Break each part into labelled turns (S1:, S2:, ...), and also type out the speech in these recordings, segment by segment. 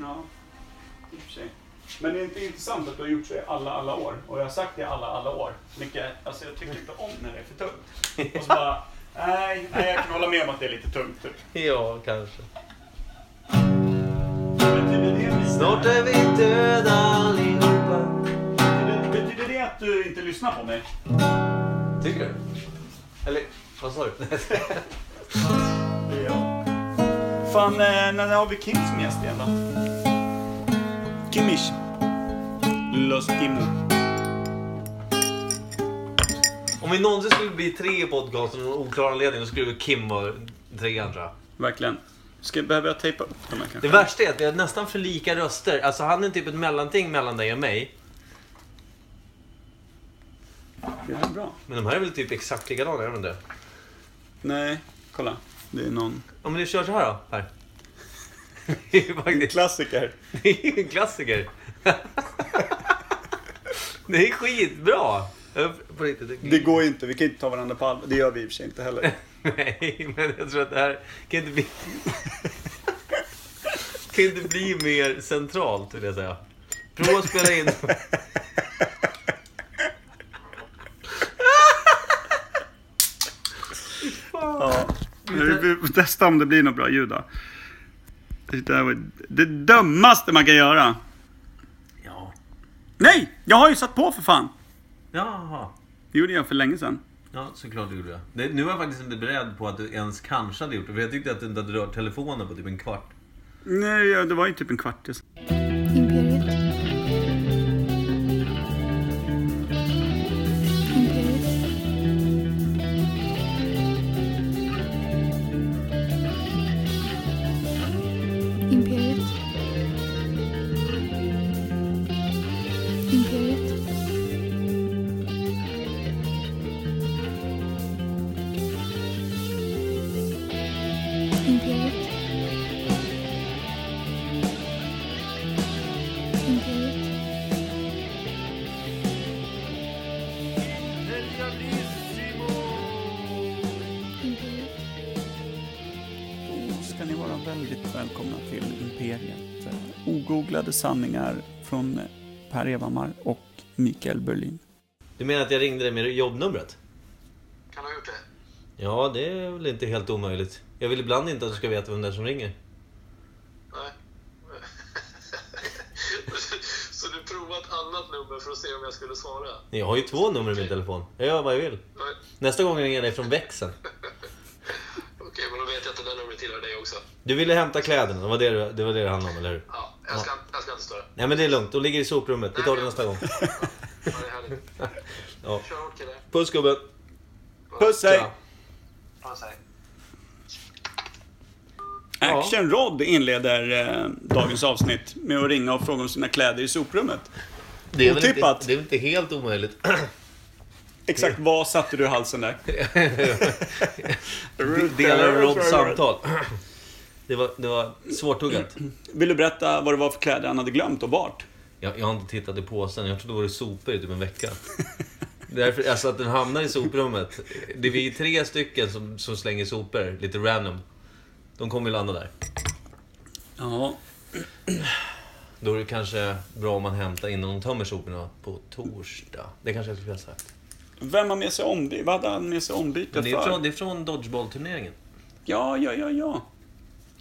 S1: Ja, i och för sig. Men det är inte intressant att du har gjort så i alla, alla år. Och jag har sagt det i alla, alla år. Mycket, alltså jag tycker inte om när det är för tungt. Och så bara, nej, nej jag kan hålla med om att det är lite tungt. Typ.
S2: Ja, kanske.
S1: Men betyder det,
S2: Snart är vi döda allihopa.
S1: betyder, betyder det att du inte lyssnar på mig?
S2: Tycker du? Eller, vad sa du?
S1: Ja. Fan, eh, när har vi Kim som gäst igen då? Kimish. Los Kimmo.
S2: Om vi någonsin skulle bli tre i podcasten av någon oklar anledning, då skulle vi Kim vara trean tror jag.
S1: Verkligen. Ska, behöver jag tejpa upp de här kanske?
S2: Det värsta är att vi har nästan för lika röster. Alltså han är typ ett mellanting mellan dig och mig.
S1: Det här är bra.
S2: Men de här är väl typ exakt likadana, är de inte?
S1: Nej, kolla. Det är någon...
S2: Om du kör så här då, Per. Det är ju faktiskt
S1: Klassiker.
S2: det är ju en klassiker. Det är skitbra! Jag- På riktigt. det-
S1: Det går ju inte, vi kan inte ta varandra på allvar. Det gör vi i och för sig inte heller.
S2: Nej, men jag tror att det här kan inte bli... kan inte bli mer centralt, vill jag säga. Prova att spela in...
S1: Ja. Vi, vi får testa om det blir något bra ljud då. Det där var det dummaste man kan göra.
S2: Ja.
S1: Nej! Jag har ju satt på för fan!
S2: Jaha.
S1: Det gjorde jag för länge sedan.
S2: Ja, såklart du gjorde det. det. Nu var jag faktiskt inte beredd på att du ens kanske hade gjort det. För jag tyckte att du inte hade rört telefonen på typ en kvart.
S1: Nej, ja, det var ju typ en kvart. tills-
S3: Imperiet. Imperiet. Imperiet. Imperiet. Imperiet. Imperiet. Imperiet.
S1: Då ska ni vara väldigt välkomna till Imperiet. Eh, Ogooglade sanningar från eh, Per Evhammar och Mikael Berlin.
S2: Du menar att jag ringde dig med jobbnumret?
S4: Kan ha gjort det.
S2: Ja, det är väl inte helt omöjligt. Jag vill ibland inte att du ska veta vem det är som ringer.
S4: Nej. Så du provade ett annat nummer för att se om jag skulle svara?
S2: Nej, Jag har ju två nummer i min telefon. Jag gör vad jag vill.
S4: Nej.
S2: Nästa gång ringer jag dig från växeln.
S4: Okej, men då vet jag att det där numret tillhör dig också.
S2: Du ville hämta kläderna, det var det du- det, var det, det handlade om, eller hur?
S4: Ja, jag ska, jag ska inte störa.
S2: Nej men det är lugnt, de ligger i soprummet. Vi tar det nästa gång.
S4: Ja, det är härligt.
S2: Ja.
S4: Kör hårt killar.
S2: Puss gubben!
S1: Puss hej!
S2: Tja.
S4: Puss hej.
S2: Ja.
S1: Action Rod inleder eh, dagens avsnitt med att ringa och fråga om sina kläder i soprummet.
S2: Det är, väl inte,
S1: Otippat.
S2: det är väl inte helt omöjligt.
S1: Exakt vad satte du i halsen där?
S2: Delar av Robs samtal. Det var, det var svårtuggat.
S1: Vill du berätta vad det var för kläder han hade glömt och vart?
S2: Jag, jag har inte tittat i påsen. Jag trodde det var i sopor i typ en vecka. Därför, alltså att den hamnar i soprummet. Det är vi tre stycken som, som slänger sopor, lite random. De kommer ju landa där.
S1: Ja,
S2: Då är det kanske bra om man hämtar innan de tömmer soporna på torsdag. Det kanske jag skulle ha sagt.
S1: Vem har med sig ombyte? Vad hade han med sig ombyte
S2: Men det,
S1: för?
S2: är från, det är från Dodgeball-turneringen.
S1: Ja, ja, ja, ja.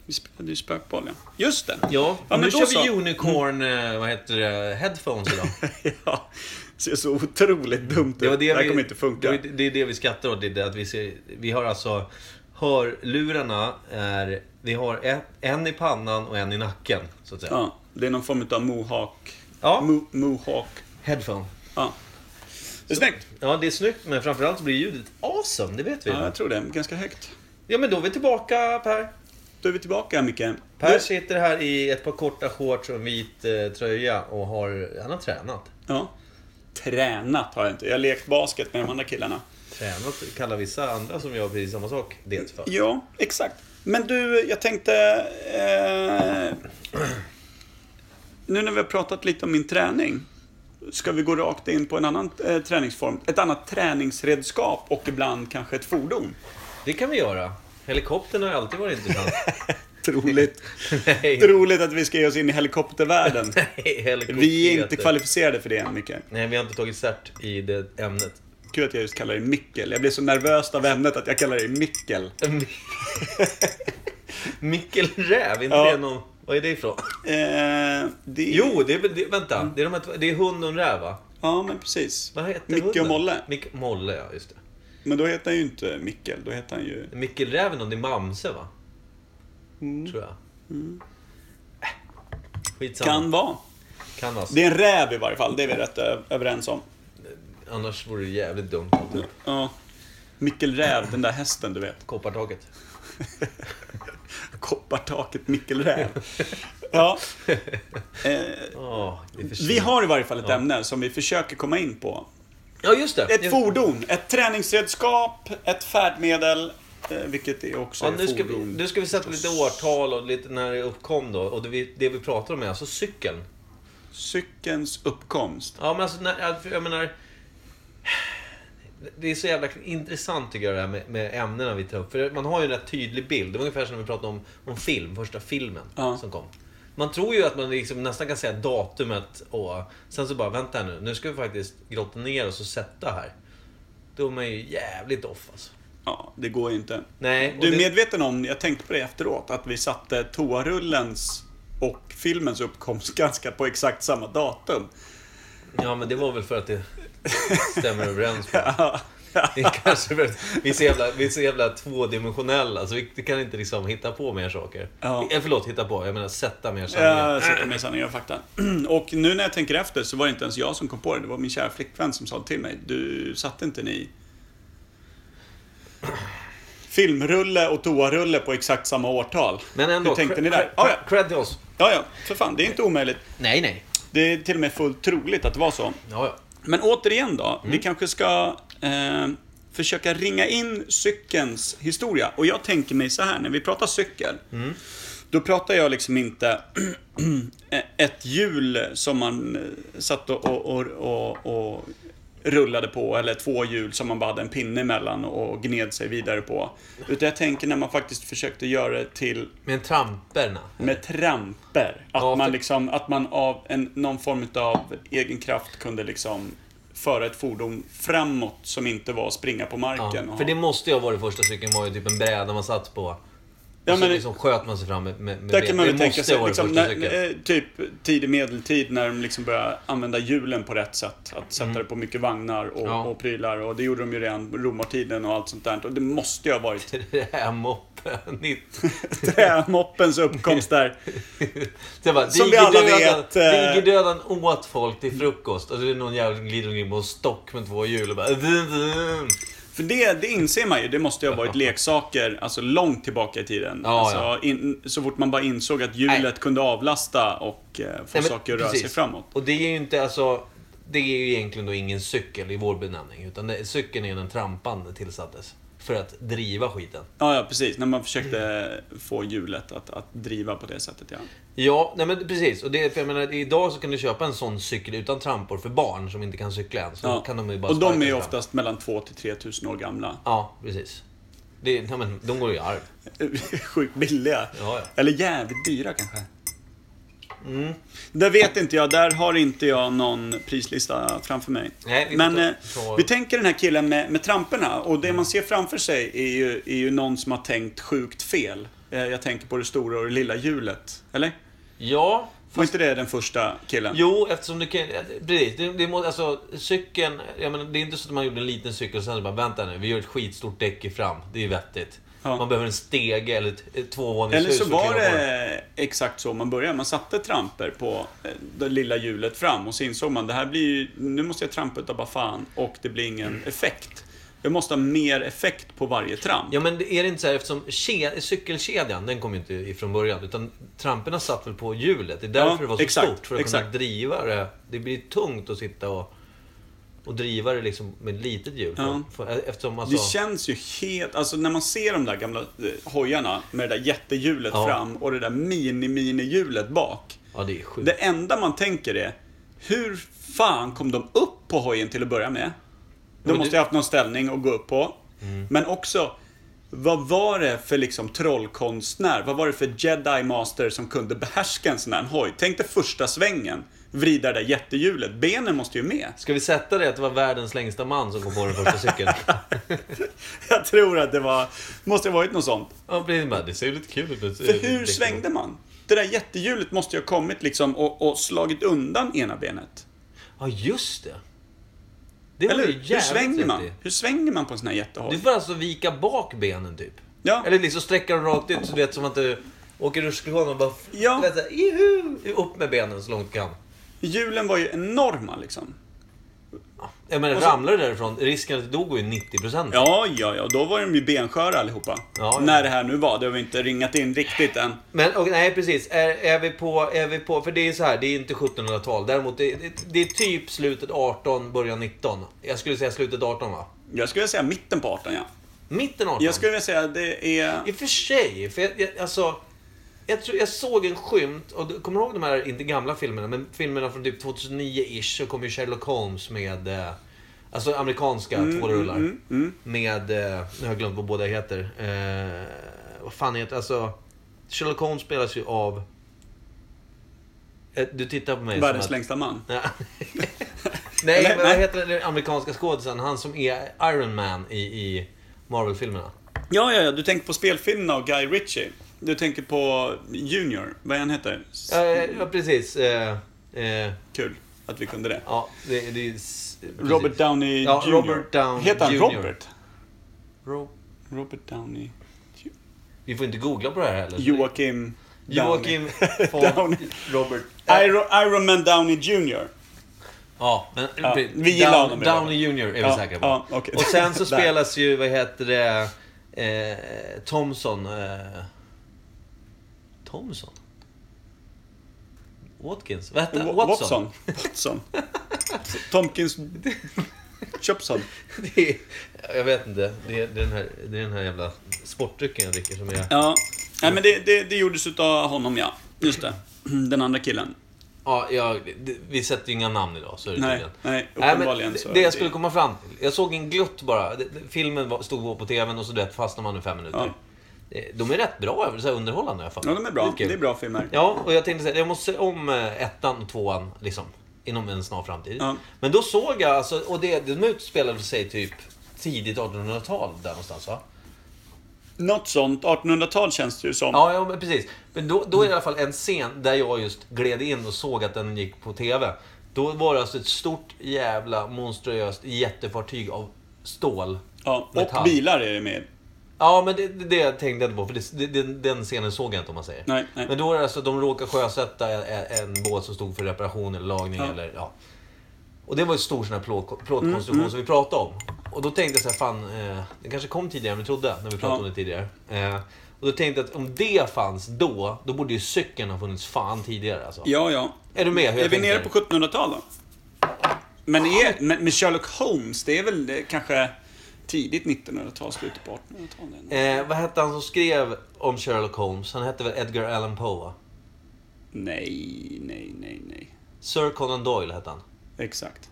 S1: Vi spelade ju spökboll, ja. Just det.
S2: Ja,
S1: Ja, men
S2: nu
S1: då
S2: kör
S1: så.
S2: vi unicorn... eh, Vad heter det? Headphones idag.
S1: ja. Ser så otroligt dumt ut.
S2: Det, var det,
S1: det här
S2: vi,
S1: kommer inte
S2: Det,
S1: funka.
S2: var- det är det vi skrattar åt. Det är det att vi, ser, vi har alltså hörlurarna är... Vi har ett, en i pannan och en i nacken, så att säga.
S1: Ja, det är någon form av mohawk.
S2: Ja.
S1: Mo- mohawk.
S2: Headphone.
S1: Ja. Det är snyggt.
S2: Ja, det är snyggt, men framförallt så blir ljudet awesome. Det vet vi.
S1: Ja,
S2: Ja,
S1: jag tror det. Ganska högt.
S2: men då är vi tillbaka, Per.
S1: Då är vi tillbaka, Micke.
S2: Per
S1: Du-
S2: sitter här i ett par korta shorts och en vit eh, tröja och har... Han har tränat.
S1: Ja. Tränat har jag inte. Jag har lekt basket med de andra killarna.
S2: Tränat kallar vissa andra som gör precis samma sak det för.
S1: Ja, exakt. Men du, jag tänkte... Eh, nu när vi har pratat lite om min träning. Ska vi gå rakt in på en annan eh, träningsform? Ett annat träningsredskap och ibland kanske ett fordon.
S2: Det kan vi göra. Helikoptern har alltid varit intressant.
S1: Troligt.
S2: Nej,
S1: Troligt att vi ska ge oss in i helikoptervärlden.
S2: helikopter.
S1: Vi är inte kvalificerade för det än, Micke.
S2: Nej, vi har inte tagit cert i det ämnet.
S1: Kul att jag just kallar dig Mickel. Jag blev så nervös av ämnet att jag kallar dig Mickel.
S2: Mikkel Räv, inte
S1: Ja.
S2: det någon... Vad är det ifrån?
S1: Eh, det...
S2: Jo, det är väl... det- Vänta. Det är, de här, två- det är hund och en räv, va?
S1: Ja, men precis.
S2: Vad heter
S1: Micke
S2: hunden?
S1: och Molle.
S2: Mick, Molle, ja. Just det.
S1: Men då heter han ju inte Mickel, då heter han ju...
S2: Mikkel Räven, om det är Mamse, va?
S1: Mm.
S2: Tror jag. Äh, Skitsamma.
S1: Kan vara.
S2: kan alltså.
S1: Det är en räv i varje fall, det är vi rätt ö- överens om.
S2: Annars vore det jävligt dumt. alltihop.
S1: Ja. Mickel Räv, den där hästen du vet.
S2: Koppartaket.
S1: Koppartaket Mickel Räv. Ja. Eh,
S2: Åh, det är för
S1: vi
S2: sent.
S1: har i varje fall ett ämne som vi försöker komma in på.
S2: Ja, just det.
S1: Ett fordon, ett träningsredskap, ett färdmedel, eh, vilket är också
S2: Ja,
S1: är
S2: nu, ska vi,
S1: fordon.
S2: nu ska vi sätta lite årtal och lite när det uppkom då. Och det vi, det vi pratar om är alltså cykeln.
S1: Cykelns uppkomst.
S2: Ja, men alltså, när, att- jag menar... Det är så jävla intressant tycker jag det här med, med ämnena vi tar upp. För man har ju en rätt tydlig bild. Det var ungefär som när vi pratade om, om film, första filmen
S1: Ja.
S2: som kom. Man tror ju att man liksom nästan kan säga datumet och sen så bara, vänta här nu, nu ska vi faktiskt grotta ner oss och sätta här. Då är man ju jävligt off alltså.
S1: Ja, det går ju inte.
S2: Nej, och
S1: Du är
S2: det-
S1: medveten om, jag tänkte på det efteråt, att vi satte toarullens och filmens uppkomst ganska på exakt samma datum.
S2: Ja, men det var väl för att det stämmer överens. Med. Det är kanske för att vi är så jävla, vi är så jävla tvådimensionella, så vi, vi kan inte liksom hitta på mer saker.
S1: Ja.
S2: Eh, Förlåt, hitta på. Jag menar sätta mer sanningar.
S1: Jag sätter mig sanningar och fakta. Och nu när jag tänker efter så var det inte ens jag som kom på det, det var min kära flickvän som sa till mig. Du satte inte ni filmrulle och toarulle på exakt samma årtal?
S2: Men ändå,
S1: Hur tänkte
S2: cre-
S1: ni där?
S2: cre-
S1: Ja, ja.
S2: Cred till oss.
S1: ja, ja, för fan, det är inte omöjligt.
S2: Nej, nej.
S1: Det är till och med fullt troligt att det var så.
S2: Ja, ja.
S1: Men återigen då, vi kanske ska eh, försöka ringa in cykelns historia. Och jag tänker mig så här, när vi pratar cykel, då pratar jag liksom inte eh, ett hjul som man eh, satt och, och, och, och, och rullade på, eller två hjul som man bara hade en pinne emellan och gned sig vidare på. Utan jag tänker när man faktiskt försökte göra det till
S2: Men tramperna.
S1: med tramper. Att
S2: Ja,
S1: man
S2: för-
S1: liksom, att man av en, någon form av egen kraft kunde liksom föra ett fordon framåt som inte var att springa på
S2: Ja.
S1: marken. och
S2: För
S1: ha-
S2: det måste ju ha varit första cykeln, var ju typ en bräda man satt på.
S1: ja,
S2: och så
S1: men,
S2: liksom sköt man sig fram med, med, med
S1: där
S2: ben.
S1: kan man
S2: det
S1: väl tänka
S2: måste
S1: sig,
S2: ha varit
S1: liksom,
S2: första
S1: när,
S2: cykeln.
S1: eh, typ tidig medeltid när de liksom började använda hjulen på rätt sätt. Att sätta det på mycket vagnar och,
S2: Mm. Ja.
S1: och prylar. Och det gjorde de ju redan romartiden och allt sånt där. Och det måste ju ha varit
S2: Det här moppen.
S1: trämoppens uppkomst där.
S2: Det var,
S1: Som vi alla vet, eh,
S2: Digerdöden åt folk till frukost och det är någon jävel som glider omkring på en stock med två hjul och bara... Vum, vum.
S1: För det, det inser man ju, det måste ju ha varit leksaker, alltså långt tillbaka i tiden.
S2: Ja,
S1: alltså,
S2: ja.
S1: in, så fort man bara insåg att hjulet
S2: Nej.
S1: kunde avlasta och eh, få
S2: Nej, men
S1: saker att röra sig
S2: precis.
S1: framåt.
S2: Och det är ju inte alltså... Det är ju egentligen då ingen cykel i vår benämning. Utan det, cykeln är den trampande tillsattes. För att driva skiten.
S1: Ja, ja, precis. När man försökte få hjulet att, att driva på det sättet, ja.
S2: Ja, nej men precis. Och det, för jag menar, idag så kan du köpa en sån cykel utan trampor för barn som inte kan cykla än. Så
S1: ja.
S2: då kan de ju bara
S1: och de
S2: sparka
S1: är ju
S2: fram.
S1: oftast mellan 2 till 3 tusen år gamla.
S2: Ja, precis. Det, är- ja, men, de går ju i arv.
S1: Sjukt billiga.
S2: Ja, ja.
S1: Eller jävligt dyra kanske. Där vet inte jag, där har inte jag någon prislista framför mig.
S2: Nej, vi får
S1: Men
S2: ta-
S1: eh,
S2: ta-
S1: vi tänker den här killen med, med tramporna och det man ser framför sig är ju, är ju någon som har tänkt sjukt fel. Eh, Jag tänker på det stora och det lilla hjulet. Eller?
S2: Ja,
S1: Var inte det den första killen?
S2: Jo, eftersom du kan... eh, Precis. Det, det, må- alltså, cykeln... Jag menar, det är inte så att man gjorde en liten cykel och sen så bara vänta nu, vi gör ett skitstort däck i fram. Det är vettigt.
S1: Ja.
S2: Man behöver en stege eller ett, ett tvåvåningshus.
S1: Eller så
S2: att kliva
S1: var
S2: på den.
S1: det exakt så man började. Man satte tramper på eh, det lilla hjulet fram och så insåg man det här blir ju, nu måste jag trampa utav bara fan och det blir ingen
S2: Mm.
S1: effekt. Jag måste ha mer effekt på varje tramp.
S2: Ja, men det- är det inte så här eftersom ke, cykelkedjan, den kom ju inte ifrån början. Utan tramporna satt väl på hjulet. Det är därför
S1: Ja,
S2: det var så
S1: exakt,
S2: stort. För att
S1: exakt.
S2: kunna driva det. Det blir tungt att sitta och, och driva det liksom med ett litet hjul.
S1: Ja.
S2: För, eftersom alltså...
S1: Det känns ju helt, alltså när man ser de där gamla eh, hojarna med det där jättehjulet
S2: Ja.
S1: fram och det där mini-mini-hjulet bak.
S2: Ja, det är sjukt.
S1: Det enda man tänker är, hur fan kom de upp på hojen till att börja med? De
S2: men
S1: måste ju
S2: det- Mm.
S1: ha haft någon ställning att gå upp på. Men också, Vad var det för liksom trollkonstnär? Vad var det för jedi master som kunde behärska en sån här hoj? Tänk dig första svängen, vrida det där jättehjulet. Benen måste ju med.
S2: Ska vi sätta det att det var världens längsta man som kom på den första cykeln?
S1: Jag tror att det var, måste ha varit något sånt.
S2: ja, precis. Bara, det ser ju lite kul ut.
S1: För hur svängde man? Det där jättehjulet måste ju ha kommit liksom och, och slagit undan ena benet.
S2: Ja, just det. Det var
S1: Eller
S2: ju
S1: hur? Hur
S2: jävligt
S1: svänger man?
S2: häftigt.
S1: Hur svänger man på en sån här
S2: Du
S1: jättehoj?
S2: får alltså vika bak benen typ.
S1: Ja.
S2: Eller liksom sträcka dem rakt ut så du vet som att du åker rutschkana och bara...
S1: Ja.
S2: vet så här, "Juhu!" Upp med benen så långt du kan.
S1: Hjulen var ju enorma liksom.
S2: Jag menar,
S1: så-
S2: ramlar du därifrån, risken att du dog är ju 90%.
S1: Ja, ja, ja. Då var de ju bensköra allihopa.
S2: ja.
S1: När det här nu var. Det har vi inte ringat in riktigt än.
S2: Men och, nej, precis. Är, är, vi på, är vi på... För det är ju så här, det är inte 1700-tal. Däremot, det, det, det är typ slutet 18, början 19. Jag skulle säga slutet 18 va?
S1: Jag skulle säga mitten på 18, ja.
S2: Mitten 18.
S1: Jag skulle vilja säga att det är...
S2: I och för sig, för jag, jag, alltså, jag, tror, jag såg en skymt, och du, kommer du ihåg de här, inte gamla filmerna, men filmerna från typ 2009-ish, så kom ju Sherlock Holmes med, eh, alltså amerikanska
S1: Mm,
S2: två rullar. Med, eh, nu har jag glömt vad båda heter. Eh, vad fan heter, alltså, Sherlock Holmes spelas ju av, eh, du tittar på mig som
S1: Världens
S2: att-
S1: längsta man.
S2: Nej, Nej, men vad
S1: nej.
S2: heter den amerikanska skådisen, han som är Iron Man i, i Marvel-filmerna?
S1: Ja, ja, ja. Du tänker på spelfilmerna och Guy Ritchie. Du tänker på Junior. Vad är han heter? S-
S2: Ja, eh, ja precis. Eh, eh,
S1: Kul att vi kunde det.
S2: ja, det, det är... s- precis.
S1: Robert Downey
S2: Ja,
S1: Jr.
S2: Robert Downey
S1: Heter han
S2: Jr..
S1: Robert?
S2: Ro-
S1: Robert Downey... Ju-
S2: Vi får inte googla på Alltså, det här heller.
S1: Joakim...
S2: Joakim
S1: Downey.
S2: von
S1: Downey.
S2: Robert...
S1: Iron, Iron Man Downey Jr.
S2: Ja, men,
S1: Ja, vi
S2: Down-
S1: gillar honom i alla fall.
S2: Downey Jr är vi
S1: Ja,
S2: säkra på.
S1: ja, okej.
S2: Och sen så
S1: Där.
S2: spelas ju, vad heter det, eh, Thomson... Eh, Thomson? Watkins? Vad hette han?
S1: Wa- Watson. Watson. Tomkins... Chopson.
S2: Det är, jag vet inte. Det är, det, är den här, det är den här jävla sportdrycken jag dricker som är...
S1: Ja. Nej, men det, det, det gjordes utav honom, ja. Just det. Den andra killen.
S2: Ja, jag, det- vi sätter ju inga namn idag, så är det
S1: Nej,
S2: tydligen.
S1: nej
S2: Nej,
S1: uppenbarligen
S2: men
S1: så.
S2: det, det jag skulle komma fram till. Jag såg en glutt bara. Det- det- Filmen var, stod på på TVn och så du vet, fastnade man i fem minuter.
S1: Ja.
S2: Eh, De är rätt bra, så här underhållande i alla fall.
S1: Ja, de är bra.
S2: Lite kul.
S1: Det är bra filmer.
S2: Ja, och jag tänkte säga, jag måste se om eh, ettan och tvåan liksom, inom en snar framtid.
S1: Ja.
S2: Men då såg jag, alltså, och det, de utspelade sig typ tidigt 1800-tal där någonstans va?
S1: Något sånt. 1800-tal känns det ju som.
S2: Ja, ja men precis. Men då, då är det i alla fall en scen där jag just gled in och såg att den gick på TV. Då var det alltså ett stort jävla monstruöst jättefartyg av stål.
S1: Ja, och
S2: Metall.
S1: bilar är det med.
S2: Ja, men det, det, det tänkte jag inte på, för det, det, den, den scenen såg jag inte om man säger.
S1: Nej, nej.
S2: Men då är det alltså, de råkar sjösätta en, en båt som stod för reparation eller lagning
S1: Ja.
S2: eller ja. Och det var ju en stor sån här plåt, plåtkonstruktion
S1: Mm,
S2: som vi pratade om. Och då tänkte jag så här, fan, eh, det kanske kom tidigare än vi trodde när vi pratade
S1: Ja.
S2: om det tidigare. Eh, och då tänkte jag att om det fanns då, då borde ju cykeln ha funnits fan tidigare alltså.
S1: Ja, ja.
S2: Är du med hur jag
S1: Är vi nere
S2: tänker?
S1: på 1700-tal då? Men, är, men, men Sherlock Holmes, det är väl eh, kanske tidigt 1900-tal, slutet på 1800-talet?
S2: eh, vad hette han som skrev om Sherlock Holmes? Han hette väl Edgar Allan Poe va?
S1: Nej, nej, nej, nej.
S2: Sir Conan Doyle hette han.
S1: Exakt.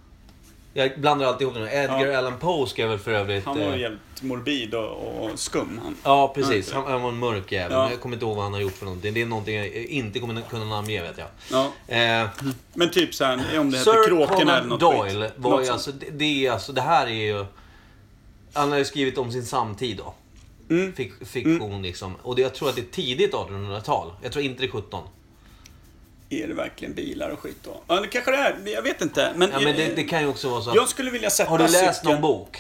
S2: Jag blandar alltid ihop den. Edgar
S1: Ja.
S2: Allan Poe skrev väl för övrigt...
S1: Han var
S2: eh,
S1: ju jävligt morbid och, och skum han.
S2: Ja, precis.
S1: inte.
S2: Han, han var en mörk jävel.
S1: Ja.
S2: Men Jag kommer inte ihåg vad han har gjort för någonting. Det är någonting jag inte kommer kunna namnge, vet jag.
S1: Ja.
S2: Eh,
S1: Men typ såhär, om det heter
S2: Sir
S1: Kråkorna eller
S2: Conan
S1: något
S2: Doyle var
S1: Något
S2: ju
S1: sånt.
S2: alltså, det, det är alltså, det här är ju... Han har ju skrivit om sin samtid då.
S1: Mm.
S2: Fik, fiktion liksom. Och det, jag tror att det är tidigt 1800-tal. Jag tror inte det är 17.
S1: Är det verkligen bilar och skit då? Ja, det kanske det är. Jag vet inte. Men,
S2: Ja, men det, det kan ju också vara så
S1: Jag
S2: att,
S1: skulle vilja sätta
S2: Har du läst
S1: cykeln-
S2: någon bok?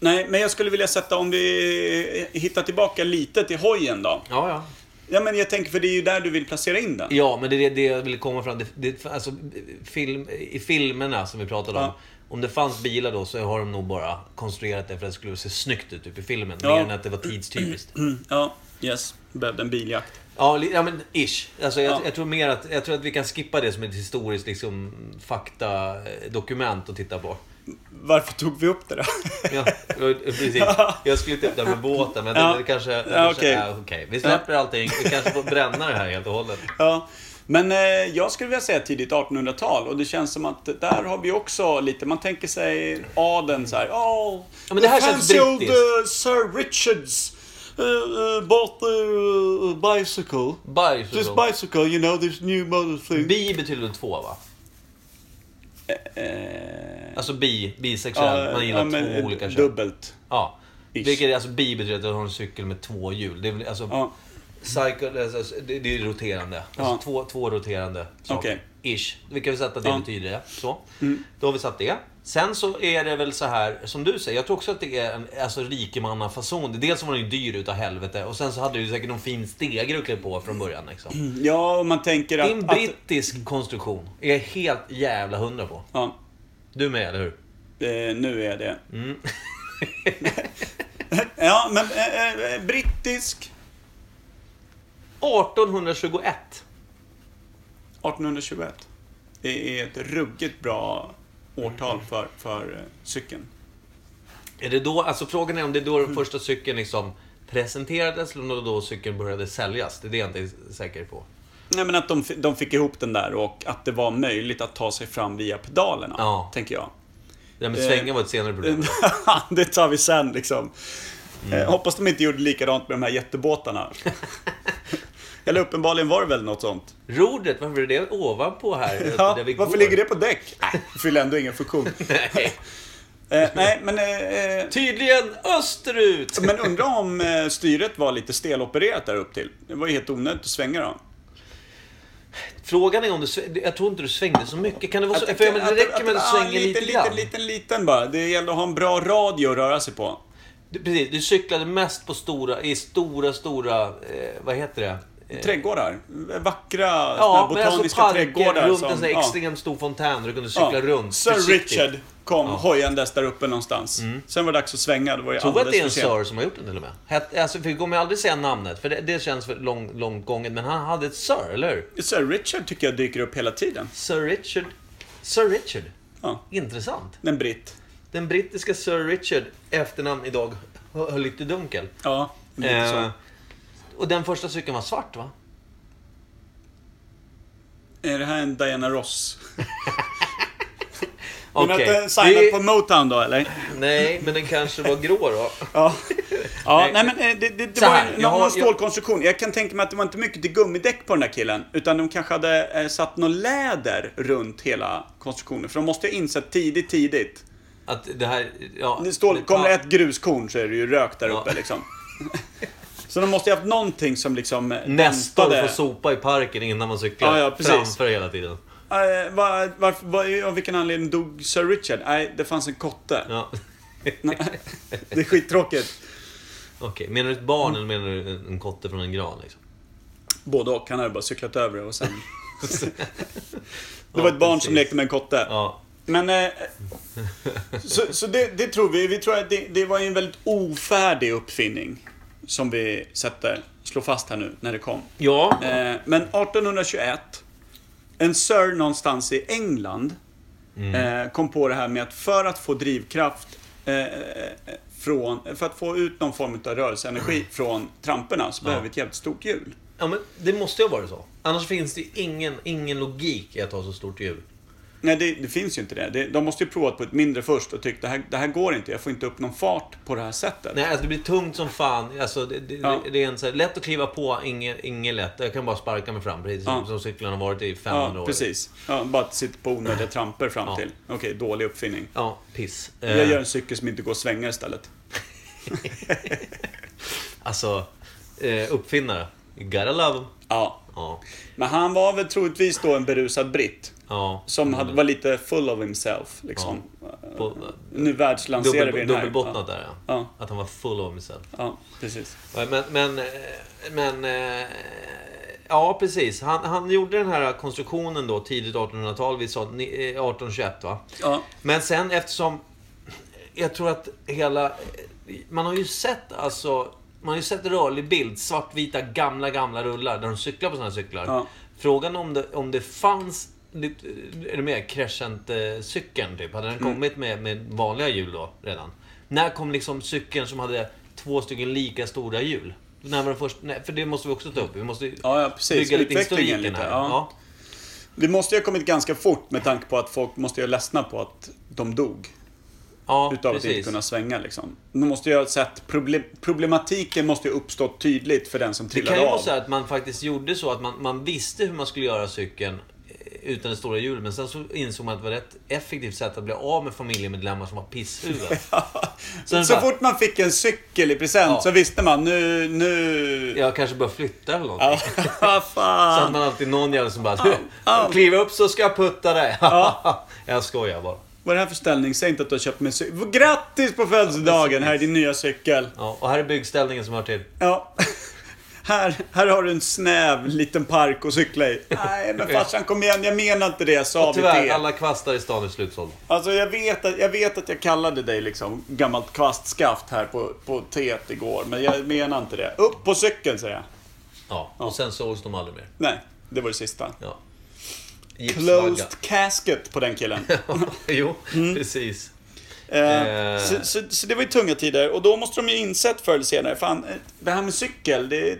S1: Nej, men jag skulle vilja sätta, om vi hittar tillbaka lite till hojen då.
S2: Ja, ja.
S1: Ja, men jag tänker, för det är ju där du vill placera in den.
S2: Ja, men det är det- det jag ville komma fram till. Det, det, alltså, film, I filmerna som vi pratade om.
S1: Ja.
S2: Om det fanns bilar då så har de nog bara konstruerat det för att det skulle se snyggt ut typ, i filmen.
S1: Ja.
S2: Mer än att det var tidstypiskt.
S1: Mm, ja, yes. Behövde en biljakt.
S2: Ja, li- ja men ish. Alltså, jag,
S1: Ja.
S2: jag, tror mer att, jag tror att vi kan skippa det som ett historiskt liksom, faktadokument att titta på.
S1: Varför tog vi upp det då?
S2: Ja, precis. Jag skulle ta upp det här med båten, men
S1: Ja.
S2: det, det kanske... Det
S1: Ja,
S2: kanske
S1: okej.
S2: ja, okej. Vi släpper allting. Vi kanske får bränna det här helt och hållet.
S1: ja. Men eh, jag skulle vilja säga tidigt 1800-tal och det känns som att där har vi också lite, man tänker sig adeln så här. Oh,
S2: Ja, men det här
S1: the
S2: känns
S1: fancy old,
S2: brittiskt."
S1: uh, Sir Richards uh, uh, bought the uh, bicycle.
S2: Bicycle.
S1: This bicycle, you know, this new model thing.
S2: Bi betyder väl två, va?
S1: Eh,
S2: Alltså bi, bisexuell. Man gillar
S1: ja,
S2: två
S1: men, eh,
S2: olika kön.
S1: Dubbelt.
S2: Ja.
S1: Ish.
S2: Vilket är alltså bi betyder att du har en cykel med två hjul. Det är väl alltså...
S1: Ja.
S2: Cycle, alltså, det, det är roterande. Alltså
S1: Ja.
S2: två, två roterande saker. Ish. Vi kan väl sätta att det
S1: Ja. Mm.
S2: betyder det. Så. Då har vi satt det. Sen så är det väl så här, som du säger, jag tror också att det är en alltså, rikemannafason. Dels var den ju dyr utav helvete och sen så hade du ju säkert någon fin stege du klev på från början. Liksom.
S1: Mm. Ja, om man tänker
S2: Det
S1: att...
S2: är en
S1: att
S2: brittisk konstruktion. Är jag helt jävla hundra på.
S1: ja,
S2: Du med, eller hur?
S1: eh, nu är det.
S2: Mm.
S1: ja, men eh, eh, brittisk.
S2: 1821.
S1: 1821. Det är ett ruggigt bra årtal för, för eh, cykeln.
S2: Är det då, alltså frågan är om det är då den första cykeln liksom presenterades eller om det då cykeln började säljas. Det är det jag inte är säker på.
S1: Nej, men att de, fi- de fick ihop den där och att det var möjligt att ta sig fram via pedalerna,
S2: Ja.
S1: tänker jag.
S2: Det där med svängen var ett senare problem.
S1: det tar vi sen liksom.
S2: Mm.
S1: Eh, hoppas de inte gjorde likadant med de här jättebåtarna. Eller uppenbarligen var det väl något sånt.
S2: Rodret, varför är det ovanpå här?
S1: Ja,
S2: där vi
S1: varför
S2: går?
S1: ligger det på däck? Nej, det fyller ändå ingen funktion.
S2: Nej.
S1: Eh, nej, men, eh, eh,
S2: Tydligen österut!
S1: men undra om eh, styret var lite stelopererat där upp till. Det var ju helt onödigt att svänga då.
S2: Frågan är om du sväng- Jag tror inte du svängde så mycket. Kan det vara så?
S1: Att-
S2: För jag menar,
S1: att-
S2: det räcker med att du
S1: ah,
S2: svänger lite,
S1: liten, Liten,
S2: grann.
S1: liten, liten bara. Det gäller att ha en bra radio att röra sig på.
S2: Du, precis, du cyklade mest på stora, i stora, stora, eh, vad heter det? Eh,
S1: Trädgårdar. Vackra
S2: Ja,
S1: ja,
S2: men alltså
S1: botaniska
S2: parker
S1: trädgårdar.
S2: runt
S1: som-
S2: en sån här
S1: ja.
S2: extremt stor fontän där du kunde cykla runt.
S1: Sir
S2: försiktigt.
S1: Richard kom hojandes där uppe någonstans. Sen var det dags att svänga. Det var ju
S2: Jag tror att det är en
S1: alldeles för sent.
S2: Sir som har gjort den till och med. Het, alltså, för vi kommer aldrig säga namnet, för det, det känns för lång, långt gånget. Men han hade ett Sir, eller hur?
S1: Sir Richard tycker jag dyker upp hela tiden.
S2: Sir Richard. Sir Richard.
S1: Ja,
S2: Intressant.
S1: den britt.
S2: Den brittiska Sir Richard, efternamn idag, hö- höll lite dunkel.
S1: Ja, lite
S2: Eh,
S1: så.
S2: och den första cykeln var svart, va?
S1: Är det här en Diana Ross? Men
S2: Okej.
S1: att den signat
S2: Det-
S1: på Motown då, eller?
S2: Nej, men den kanske var grå då.
S1: Ja. ja nej, men eh, det, det, det
S2: Så
S1: var
S2: här,
S1: en,
S2: jag har-
S1: någon stålkonstruktion. Jag kan tänka mig att det var inte mycket till gummidäck på den där killen. Utan de kanske hade eh, satt någon läder runt hela konstruktionen. För de måste ju ha insett tidigt, tidigt.
S2: Att det här... Ja,
S1: Det står, kommer det
S2: ja.
S1: ett gruskorn så är det ju rök där
S2: Ja.
S1: uppe liksom. Så de måste ju haft någonting som liksom... eh,
S2: Nestor
S1: dämpade-
S2: får sopa i parken innan man cyklar.
S1: Ja, ja, precis.
S2: Framför hela tiden.
S1: Eh, var, var, var, av vilken anledning dog Sir Richard? Nej, det fanns en kotte.
S2: Ja.
S1: Nej, det är skittråkigt.
S2: Okej, menar du ett barn eller menar du en en kotte från en gran? Liksom?
S1: Både och. Han hade bara cyklat över det och sen... Det var ett barn som
S2: precis.
S1: lekte med en kotte.
S2: Ja.
S1: Men... Eh, så så det, det tror vi. Vi tror att det, det var ju en väldigt ofärdig uppfinning. Som vi sätter, slår fast här nu när det kom.
S2: Ja.
S1: Eh, men 1821, en sir någonstans i England
S2: Mm.
S1: eh, kom på det här med att för att få drivkraft eh, eh, från, för att få ut någon form av rörelseenergi från tramporna så behöver vi ett jävligt stort hjul.
S2: ja, men det måste ju ha varit så. Annars finns det ju ingen, ingen logik i att ha så stort hjul.
S1: Nej, det, det finns ju inte det. det. De måste ju provat på ett mindre först och tyckt det här, det här går inte, jag får inte upp någon fart på det här sättet.
S2: Nej, alltså det blir tungt som fan. Alltså, det, det,
S1: Ja.
S2: det, det är en så här, lätt att kliva på, ingen, ingen lätt. Jag kan bara sparka mig fram, precis
S1: Ja.
S2: som, som cyklarna har varit i 500
S1: ja,
S2: år.
S1: precis. Ja, bara att sitta på onödiga tramper fram
S2: Ja.
S1: till. Okej, dålig uppfinning.
S2: Ja, piss.
S1: Jag
S2: Eh,
S1: gör en cykel som inte går att svänga istället.
S2: Alltså, eh, uppfinnare. You gotta love 'em.
S1: Ja.
S2: Ja.
S1: Men han var väl troligtvis då en berusad britt.
S2: ja.
S1: Som hade, var lite full of himself, liksom.
S2: På,
S1: Nu världslanserar vi
S2: dubbel,
S1: den här.
S2: dubbelbottnat där, ja.
S1: Ja.
S2: Att han var full av himself.
S1: Ja, ja, precis.
S2: Ja, Men, men, eh, men eh, ja precis. Han, han gjorde den här konstruktionen då tidigt 1800-tal. Vi sa ni- eh, 1821 va?
S1: Ja.
S2: Men sen eftersom jag tror att hela... Man har ju sett alltså... Man har ju sett rörlig bild, svartvita gamla, gamla rullar där de cyklar på sina cyklar.
S1: Ja.
S2: Frågan om det, om det fanns... lite- Är det med crescent-cykeln typ? Hade den
S1: Mm.
S2: kommit med, med vanliga hjul då redan? När kom liksom cykeln som hade två stycken lika stora hjul? När var den först, nej, för det måste vi också ta upp. Vi måste
S1: Ja, ja, precis.
S2: bygga lite
S1: Utvecklingen
S2: historiken
S1: lite,
S2: här.
S1: ja.
S2: Ja.
S1: Det måste ju ha kommit ganska fort med tanke på att folk måste ju ha ledsnat på att de dog.
S2: Ja,
S1: utav att inte
S2: precis.
S1: kunna svänga liksom. Nu måste jag ha sett, proble- problematiken måste ju uppstå tydligt för den som
S2: Det kan ju
S1: trillade
S2: vara
S1: av.
S2: så här att man faktiskt gjorde så att man, man visste hur man skulle göra cykeln eh, utan det stora hjulet. Men sen så insåg man att det var ett effektivt sätt att bli av med familjemedlemmar som var pisshuvuden.
S1: Så,
S2: Sen bara-
S1: fort man fick en cykel i present
S2: Ja.
S1: så visste man nu, nu...
S2: Jag kanske bör flytta eller något.
S1: Ah,
S2: Så att
S1: fan.
S2: man alltid någon jävel som bara Kliv upp så ska jag putta dig. jag skojar bara.
S1: Vad är det här för ställning? Säg inte att du har köpt mig en cykel. Grattis på födelsedagen! Här är din nya cykel.
S2: Ja, och här är byggställningen som hör till.
S1: Ja. Här, här har du en snäv liten park att cykla i. Nej, men farsan kom igen. Jag menar inte det. Sa vi
S2: Tyvärr,
S1: till.
S2: alla kvastar i stan är slutsålda.
S1: Alltså jag vet, att, jag vet att jag kallade dig liksom gammalt kvastskaft här på, på teet igår. Men jag menar inte det. Upp på cykeln säger jag.
S2: Ja, och sen sågs de aldrig mer.
S1: Nej, det var det sista.
S2: Ja. Gipsvagga.
S1: Closed Mm. casket på den killen.
S2: jo, precis.
S1: Eh,
S2: Eh.
S1: Så, så, så det var ju tunga tider och då måste de ju insett förr eller senare, fan eh, det här med cykel, det, det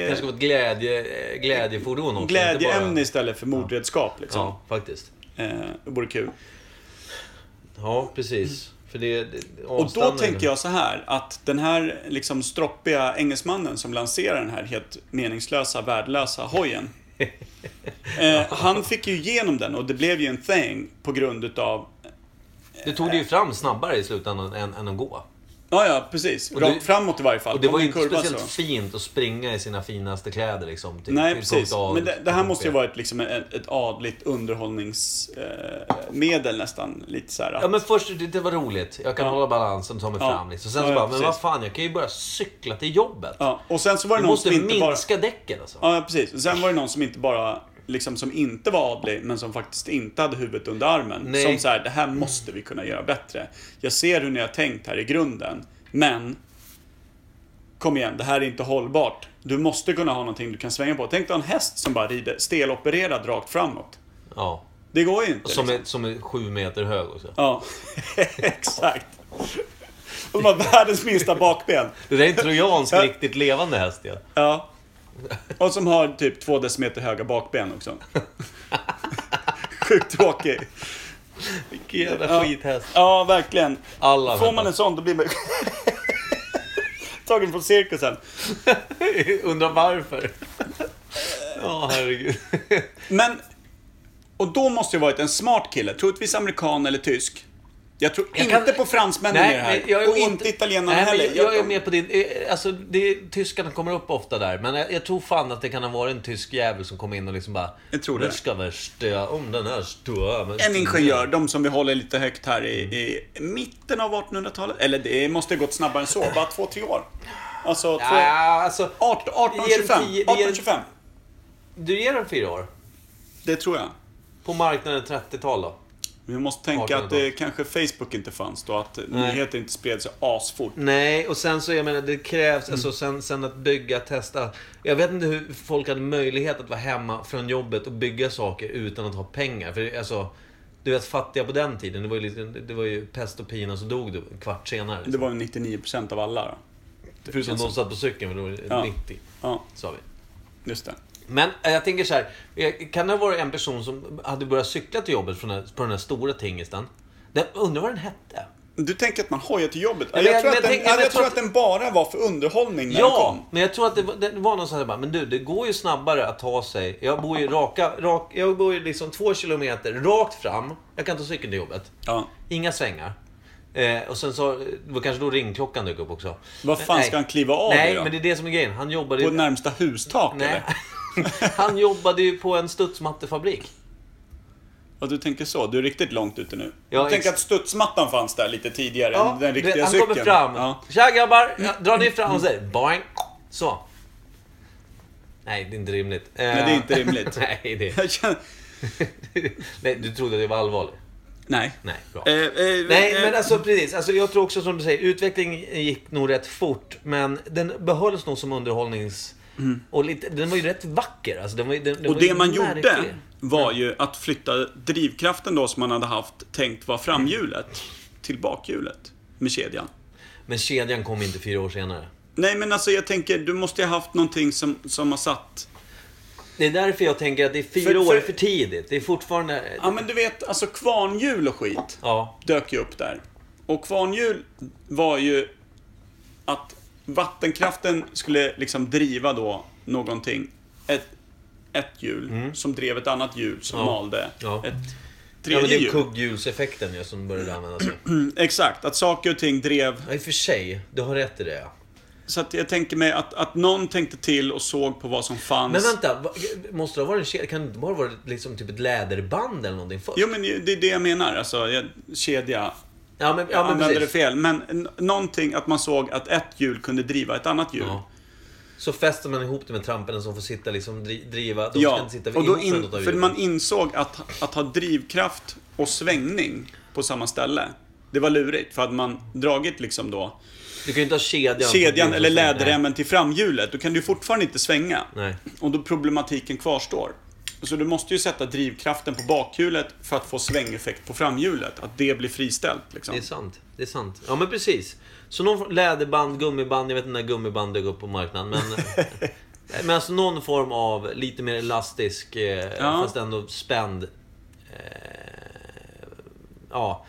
S2: Det kanske
S1: är
S2: var ett glädje, eh, glädjefordon också. inte
S1: glädjeämne
S2: bara-
S1: istället för mordredskap. Liksom.
S2: Ja, faktiskt.
S1: Eh, det vore kul.
S2: Ja, precis. För det, det
S1: Och då tänker jag så här, att den här liksom stroppiga engelsmannen som lanserar den här helt meningslösa, värdelösa hojen. Eh, han fick ju igenom den och det blev ju en thing på grund utav...
S2: Det tog det ju fram snabbare i slutändan än, än att gå.
S1: Ja, ja, precis.
S2: det-
S1: Rakt framåt i varje fall.
S2: Och det var
S1: Kom
S2: ju
S1: en
S2: inte
S1: kurva
S2: speciellt
S1: så.
S2: fint att springa i sina finaste kläder liksom. Till,
S1: Nej,
S2: till
S1: precis.
S2: punkt A,
S1: Men det, det här
S2: punkt
S1: måste ju
S2: B.
S1: vara ett, liksom, ett, ett adligt underhållningsmedel eh, medel nästan. Lite så här. att-
S2: Ja men först, det, det var roligt. Jag kan hålla balansen, ta mig
S1: Ja.
S2: fram liksom. Sen
S1: Ja,
S2: så
S1: ja,
S2: bara, men
S1: precis.
S2: vad fan, jag kan ju börja cykla till jobbet.
S1: ja. Och sen så var det
S2: Du
S1: någon
S2: måste
S1: som inte bara...
S2: minska däcken alltså.
S1: Ja, precis. Och sen var det någon som inte bara, liksom som inte var adlig, men som faktiskt inte hade huvudet under armen.
S2: Nej.
S1: Som så här, det här måste vi kunna göra bättre. Jag ser hur ni har tänkt här i grunden, men Kom igen, det här är inte hållbart. Du måste kunna ha någonting du kan svänga på. Tänk dig en häst som bara rider stelopererad rakt framåt.
S2: Ja.
S1: Det går ju inte.
S2: Som
S1: liksom.
S2: är, som är sju meter hög alltså. också.
S1: Ja, exakt. Och de har världens minsta bakben.
S2: Det där är en trojansk
S1: Ja.
S2: riktigt levande häst ja.
S1: Ja. Och som har typ två decimeter höga bakben också. Sjukt tråkig.
S2: Vilken jävla skithäst.
S1: Ja, verkligen.
S2: Alla
S1: Får man en sån då blir man... Tagen från cirkusen.
S2: Undrar varför. Ja, herregud.
S1: Men... Och då måste det varit en smart kille. Troligtvis amerikan eller tysk. Jag tror inte
S2: kan-
S1: på fransmännen i det här.
S2: men jag är
S1: och inte, italienarna
S2: nej,
S1: heller.
S2: Men jag, jag är med på din... eh, Alltså, det, tyskarna kommer upp ofta där. Men jag, jag tror fan att det kan ha varit en tysk jävel som kom in och liksom bara...
S1: Jag tror det.
S2: Nu ska vi stöa om den här stöa.
S1: En ingenjör, de som vi håller lite högt här i, i mitten av 1800-talet. Eller det måste gått snabbare än så, bara två, tre år. Alltså, två,
S2: Ja, alltså,
S1: 18,
S2: Ge den
S1: 1825.
S2: tio- ge den-
S1: 1825.
S2: du ger den fyra år.
S1: Det tror jag.
S2: På marknaden 30-tal då.
S1: Vi måste tänka att
S2: 1800-talet.
S1: eh, kanske Facebook inte fanns då, att nyheter inte spred sig asfort.
S2: Nej, och sen så, jag menar, det
S1: Mm.
S2: krävs, alltså sen, sen att bygga, testa. Jag vet inte hur folk hade möjlighet att vara hemma från jobbet och bygga saker utan att ha pengar. För det- alltså, du vet fattiga på den tiden, det var ju, lite, det var ju pest och pina så dog du en kvart senare.
S1: Det
S2: Liksom.
S1: var ju 99% av alla då.
S2: Förutom de som satt på cykeln, men då var det
S1: Ja.
S2: 90,
S1: Ja,
S2: sa vi.
S1: just det.
S2: Men eh, jag tänker så här, eh, kan det ha varit en person som hade börjat cykla till jobbet från den, på den här stora tingesten? Den, undrar vad den hette?
S1: Du tänker att man hojar till jobbet?
S2: men
S1: jag
S2: jag-
S1: tror,
S2: men
S1: att, den,
S2: tänk-
S1: ja,
S2: men
S1: jag tror att den bara var för underhållning när den
S2: Ja,
S1: kom.
S2: men jag tror att det var, det var någon som bara, men du, det går ju snabbare att ta sig. Jag bor ju raka, rak, jag bor ju liksom två kilometer rakt fram. Jag kan ta cykeln till jobbet.
S1: Ja.
S2: Inga svängar. Eh, och sen så, det var kanske då ringklockan dök upp också.
S1: Vad fan
S2: Nej.
S1: ska han kliva av i
S2: Nej,
S1: då?
S2: men det är det som är grejen. Han jobbade
S1: På
S2: ju...
S1: närmsta hustak
S2: Nej.
S1: eller?
S2: Han jobbade ju på en studsmattefabrik.
S1: Ja, du tänker så. Du är riktigt långt ute nu.
S2: Ja,
S1: jag tänker att
S2: ex-
S1: studsmattan fanns där lite tidigare än den riktiga
S2: han
S1: cykeln.
S2: kommer fram.
S1: Ja.
S2: Tja grabbar, ja, dra ner fram och säger boing. Så. Nej, det är inte rimligt. Nej,
S1: det är inte rimligt.
S2: Nej, det
S1: Jag känner...
S2: Nej, du trodde att det var allvarligt?
S1: Nej.
S2: Nej, bra.
S1: Eh, eh,
S2: Nej,
S1: eh,
S2: men alltså precis. Alltså, jag tror också som du säger, utvecklingen gick nog rätt fort. Men den behölls nog som underhållnings... Och lite, den var ju rätt vacker. Alltså, den var, ju- den, den
S1: Mm. Och
S2: var ju
S1: det man
S2: märklig.
S1: gjorde var ju att flytta drivkraften då som man hade haft tänkt var framhjulet till bakhjulet med kedjan.
S2: Men kedjan kom inte fyra år senare.
S1: Nej men alltså jag tänker, du måste ju ha haft någonting som, som har satt...
S2: Det är därför jag tänker att det är fyra
S1: För-
S2: år
S1: för-
S2: för tidigt. Det är fortfarande...
S1: Ja men du vet, alltså kvarnhjul och skit
S2: Ja.
S1: dök ju upp där. Och kvarnhjul var ju att vattenkraften skulle liksom driva då någonting. Ett, ett hjul som drev ett annat hjul som
S2: Mm. Ja.
S1: malde
S2: Ja.
S1: ett
S2: Ja, men
S1: tredje
S2: det är
S1: hjul.
S2: kugghjulseffekten ju som började användas.
S1: Mm, Exakt, att saker och ting drev.
S2: Ja, i och för sig. Du har rätt i det. ja.
S1: Så att jag tänker mig att, att någon tänkte till och såg på vad som fanns.
S2: Men vänta, va- måste det ha varit en kedja? Kan det inte bara vara liksom typ ett läderband eller någonting först?
S1: Jo, men det är det jag menar. Alltså, jag, kedja.
S2: ja, men, ja,
S1: Jag
S2: men
S1: använde
S2: precis.
S1: det fel. Men n- någonting att man såg att ett hjul kunde driva ett annat hjul.
S2: Ja. Så fäster man ihop det med trampen som får sitta liksom dri- driva. De ska
S1: Ja,
S2: inte sitta
S1: och då
S2: ihop med
S1: in,
S2: något av
S1: för
S2: hjulen.
S1: man insåg att, att ha drivkraft och svängning på samma ställe, det var lurigt. För hade man dragit liksom då
S2: Du kan ju inte ha kedjan. på ett
S1: kedjan
S2: hjul
S1: eller
S2: som svänger.
S1: läderremmen till framhjulet, då kan du fortfarande inte svänga.
S2: Nej.
S1: Och då problematiken kvarstår. Så du måste ju sätta drivkraften på bakhjulet för att få svängeffekt på framhjulet. Att det blir friställt liksom.
S2: Det är sant. Det är sant. Ja, men precis. Så någon form- läderband, gummiband. Jag vet inte när gummiband dök upp på marknaden. Men, Nej, men alltså någon form av lite mer elastisk, eh,
S1: Ja.
S2: fast ändå spänd. Eh, ja,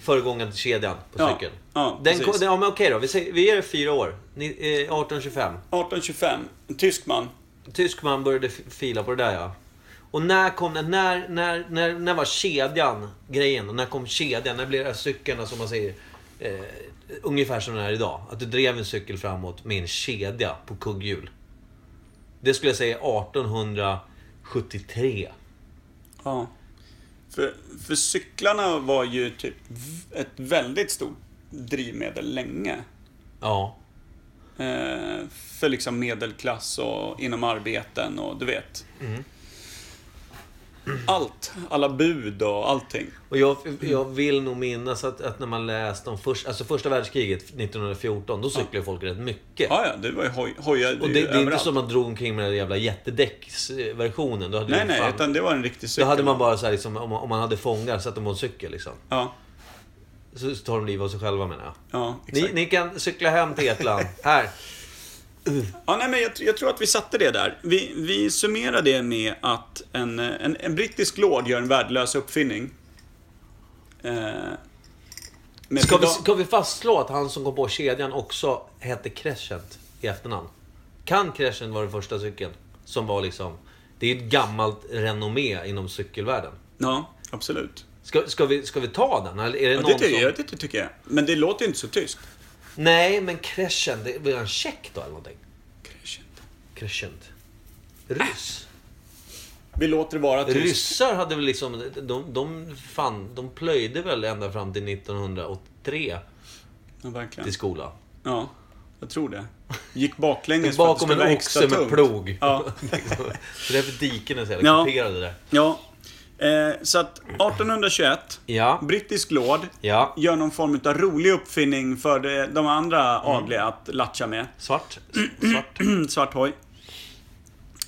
S2: föregångaren till kedjan på
S1: Ja,
S2: cykeln.
S1: ja,
S2: den,
S1: precis.
S2: ko- den, ja men okej då. Vi, säger, vi ger det fyra år. Ni, eh, 1825.
S1: 1825, en tysk man.
S2: Tysk man började f- fila på det där ja. Och när kom den, när, när, när, när var kedjan grejen? Och när kom kedjan? När blev det här cykeln som man säger? Eh, ungefär som den är idag. Att du drev en cykel framåt med en kedja på kugghjul. Det skulle jag säga är 1873.
S1: Ja. För, för cyklarna var ju typ v- ett väldigt stort drivmedel länge.
S2: Ja.
S1: Eh, för liksom medelklass och inom arbeten och du vet.
S2: Mm.
S1: Allt. Alla bud och allting.
S2: Och jag, jag vill nog minnas att, att när man läste om först, alltså första världskriget 1914, då cyklade folk rätt mycket.
S1: Ja, ja, det var ju hoj, hojade
S2: Och
S1: ju
S2: det, det är inte
S1: överallt.
S2: som att man drog omkring med den där jävla jättedäcksversionen. Då hade
S1: Nej,
S2: du
S1: nej,
S2: fan-
S1: utan det var en riktig cykel.
S2: Då hade man bara så här, liksom, om, man, om man hade fångar, satt dem på en cykel liksom.
S1: Ja,
S2: Så så tar de livet av sig själva menar jag.
S1: ja
S2: Ni,
S1: exakt.
S2: ni kan cykla hem till ert land. Här.
S1: Ja, nej, men jag, tr- jag tror att vi satte det där. Vi, vi summerar det med att en, eh, en, en brittisk lord gör en värdelös uppfinning. Eh, med
S2: Ska vi,
S1: pedal-
S2: ska vi fastslå att han som kom på kedjan också hette Crescent i efternamn? Kan Crescent vara den första cykeln? Som var liksom... Det är ett gammalt renommé inom cykelvärlden.
S1: Ja, absolut.
S2: Ska, ska, vi, ska vi ta den? Eller är det
S1: Ja,
S2: någon
S1: det, tycker
S2: som...
S1: jag, det tycker jag. Men det låter ju inte så tyskt.
S2: Nej, men Crescent. det- Var han tjeck då eller någonting? Crescent. Ryss.
S1: Vi låter det vara tyskt.
S2: Ryssar hade väl liksom, de, de, fan, de plöjde väl ända fram till 1983
S1: Ja, verkligen.
S2: till skolan.
S1: Ja, jag tror det. Gick baklänges för att det
S2: Bakom
S1: skulle vara
S2: en
S1: extra
S2: oxe med
S1: tungt.
S2: plog.
S1: Ja.
S2: Så därför diken är så jävla
S1: Ja.
S2: kuperade där.
S1: ja. Eh, så att 1821,
S2: Ja.
S1: brittisk lord,
S2: Ja.
S1: gör någon form av rolig uppfinning för de, de andra
S2: Mm.
S1: adliga att latcha med. Mm,
S2: Svart. Svart.
S1: Svart hoj.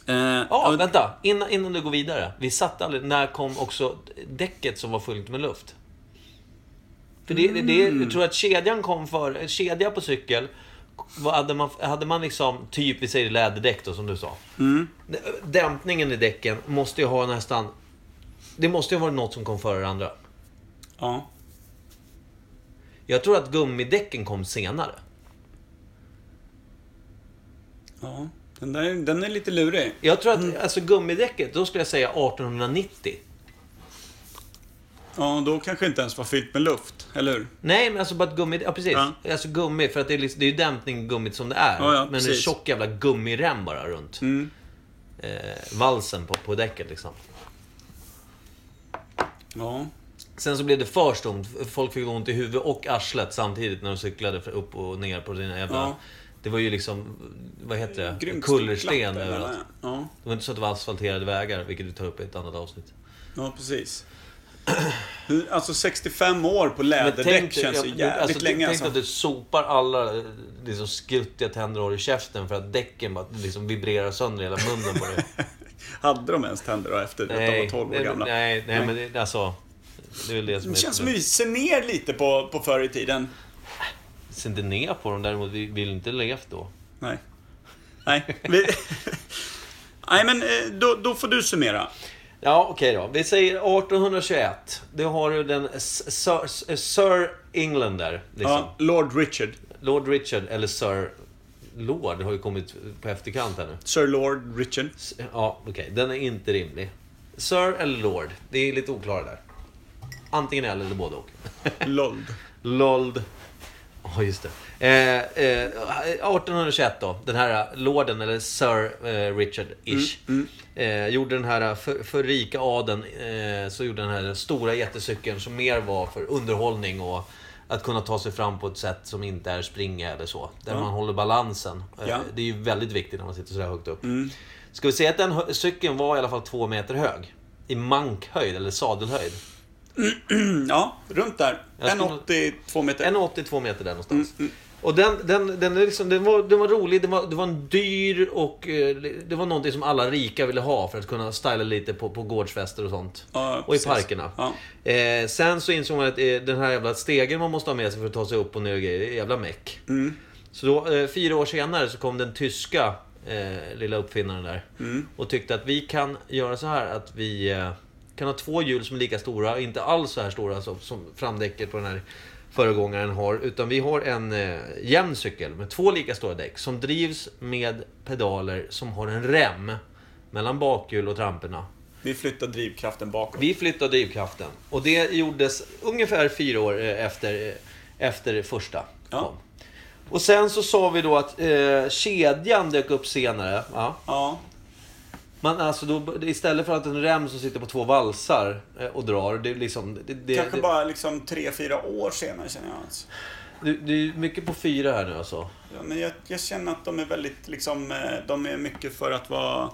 S1: Eh,
S2: Ja,
S1: och-
S2: vänta. Innan, innan du går vidare. Vi satt aldrig... När kom också däcket som var fullt med luft? För det, det, det, jag tror att kedjan kom för... en Kedja på cykel. Vad hade, man, hade man liksom, typ vi säger läderdäck då som du sa. Dämpningen i däcken måste ju ha nästan... Det måste ju ha varit något som kom före det andra.
S1: ja.
S2: Jag tror att gummidäcken kom senare.
S1: ja. Den där den är lite lurig.
S2: Jag tror att alltså, gummidäcket, då skulle jag säga 1890.
S1: Ja, då kanske inte ens var fyllt med luft, eller hur?
S2: Nej, men alltså bara ett gummi. Ja, precis.
S1: Ja.
S2: Alltså gummi, för att det är, liksom, det är ju dämpning i gummit som det är.
S1: Ja, ja,
S2: men det är
S1: precis. Mm.
S2: tjock jävla gummirem bara runt eh, valsen på, på däcket liksom.
S1: Ja.
S2: Sen så blev det för stumt. Folk fick ont i huvudet och arslet samtidigt när de cyklade för- upp och ner på sina jävla...
S1: Ja.
S2: Det var ju liksom, vad heter det?
S1: Grymt
S2: Kullersten
S1: stort klapp,
S2: överallt.
S1: eller? Ja.
S2: Det var inte så att det var asfalterade vägar, vilket vi tar upp i ett annat avsnitt.
S1: Ja, precis. Hur- Alltså 65 år på
S2: Men
S1: läderdäck
S2: tänk dig-
S1: känns ju
S2: ja,
S1: jävligt
S2: alltså, tänk-
S1: länge.
S2: Tänk
S1: Alltså.
S2: att du sopar alla eh, liksom, skruttiga tänder och har i käften för att däcken bara liksom, vibrerar sönder hela munnen på dig.
S1: Hade de ens tänder då efter att de var 12 år
S2: nej,
S1: gamla?
S2: Nej, nej, men det, alltså... Det är väl det som
S1: Det känns som
S2: är...
S1: att vi ser ner lite på, på förr i tiden.
S2: Ser inte ner på dem däremot, vi vill inte levt då.
S1: Nej. Nej, vi... Nej men eh, då, då får du summera.
S2: Ja, okej då. Vi säger 1821. Då har du den s- Sir, s- Sir Englander. Liksom.
S1: Ja, Lord Richard.
S2: Lord Richard, eller Sir Lord, har ju kommit på efterkant här nu.
S1: Sir Lord Richard.
S2: S- Ja, okej. Den är inte rimlig. Sir eller Lord? Det är lite oklara där. Antingen eller eller både och.
S1: Lord.
S2: Lold. Ja, just det. Eh, eh, 1821 då. Den här eh, lorden, eller Sir eh, Richard-ish. Eh, gjorde den här, eh, för, för rika adeln, eh, så gjorde den här stora jättecykeln som mer var för underhållning och att kunna ta sig fram på ett sätt som inte är springa eller så. Där man håller balansen. Eh,
S1: Ja.
S2: Det är ju väldigt viktigt när man sitter sådär högt upp. Ska vi säga att den hö- cykeln var i alla fall två meter hög? I mankhöjd, eller sadelhöjd.
S1: Mm, Ja, runt där.
S2: Jag skulle-
S1: 1,82 meter.
S2: 1,82 meter där någonstans. Och den, den, den, är liksom, den, var, den var rolig, den var, det var en dyr och eh, det var någonting som alla rika ville ha för att kunna styla lite på, på gårdsfester och sånt.
S1: Ja,
S2: och i
S1: precis.
S2: parkerna.
S1: Ja.
S2: Eh, sen så insåg man att eh, den här jävla stegen man måste ha med sig för att ta sig upp och ner och grejer, det är jävla meck.
S1: Mm.
S2: Så då, eh, fyra år senare så kom den tyska eh, lilla uppfinnaren där
S1: Mm.
S2: och tyckte att vi kan göra så här att vi eh, kan ha två hjul som är lika stora, inte alls så här stora som, som framdäcket på den här föregångaren har. Utan vi har en eh, jämn cykel med två lika stora däck som drivs med pedaler som har en rem mellan bakhjul och tramporna.
S1: Vi flyttar drivkraften bakåt.
S2: Vi flyttade drivkraften. Och det gjordes ungefär fyra år eh, efter, eh, efter det första
S1: Ja.
S2: kom. Och sen så sa vi då att eh, kedjan dök upp senare. Ja.
S1: Ja.
S2: Man, alltså då, istället för att en rem som sitter på två valsar eh, och drar. Det, är liksom, det, det,
S1: Kanske
S2: det,
S1: bara liksom 3-4 år senare känner jag. Alltså.
S2: du, du är mycket på fyra här nu alltså.
S1: Ja, men jag, jag känner att de är väldigt liksom, eh, de är mycket för att vara...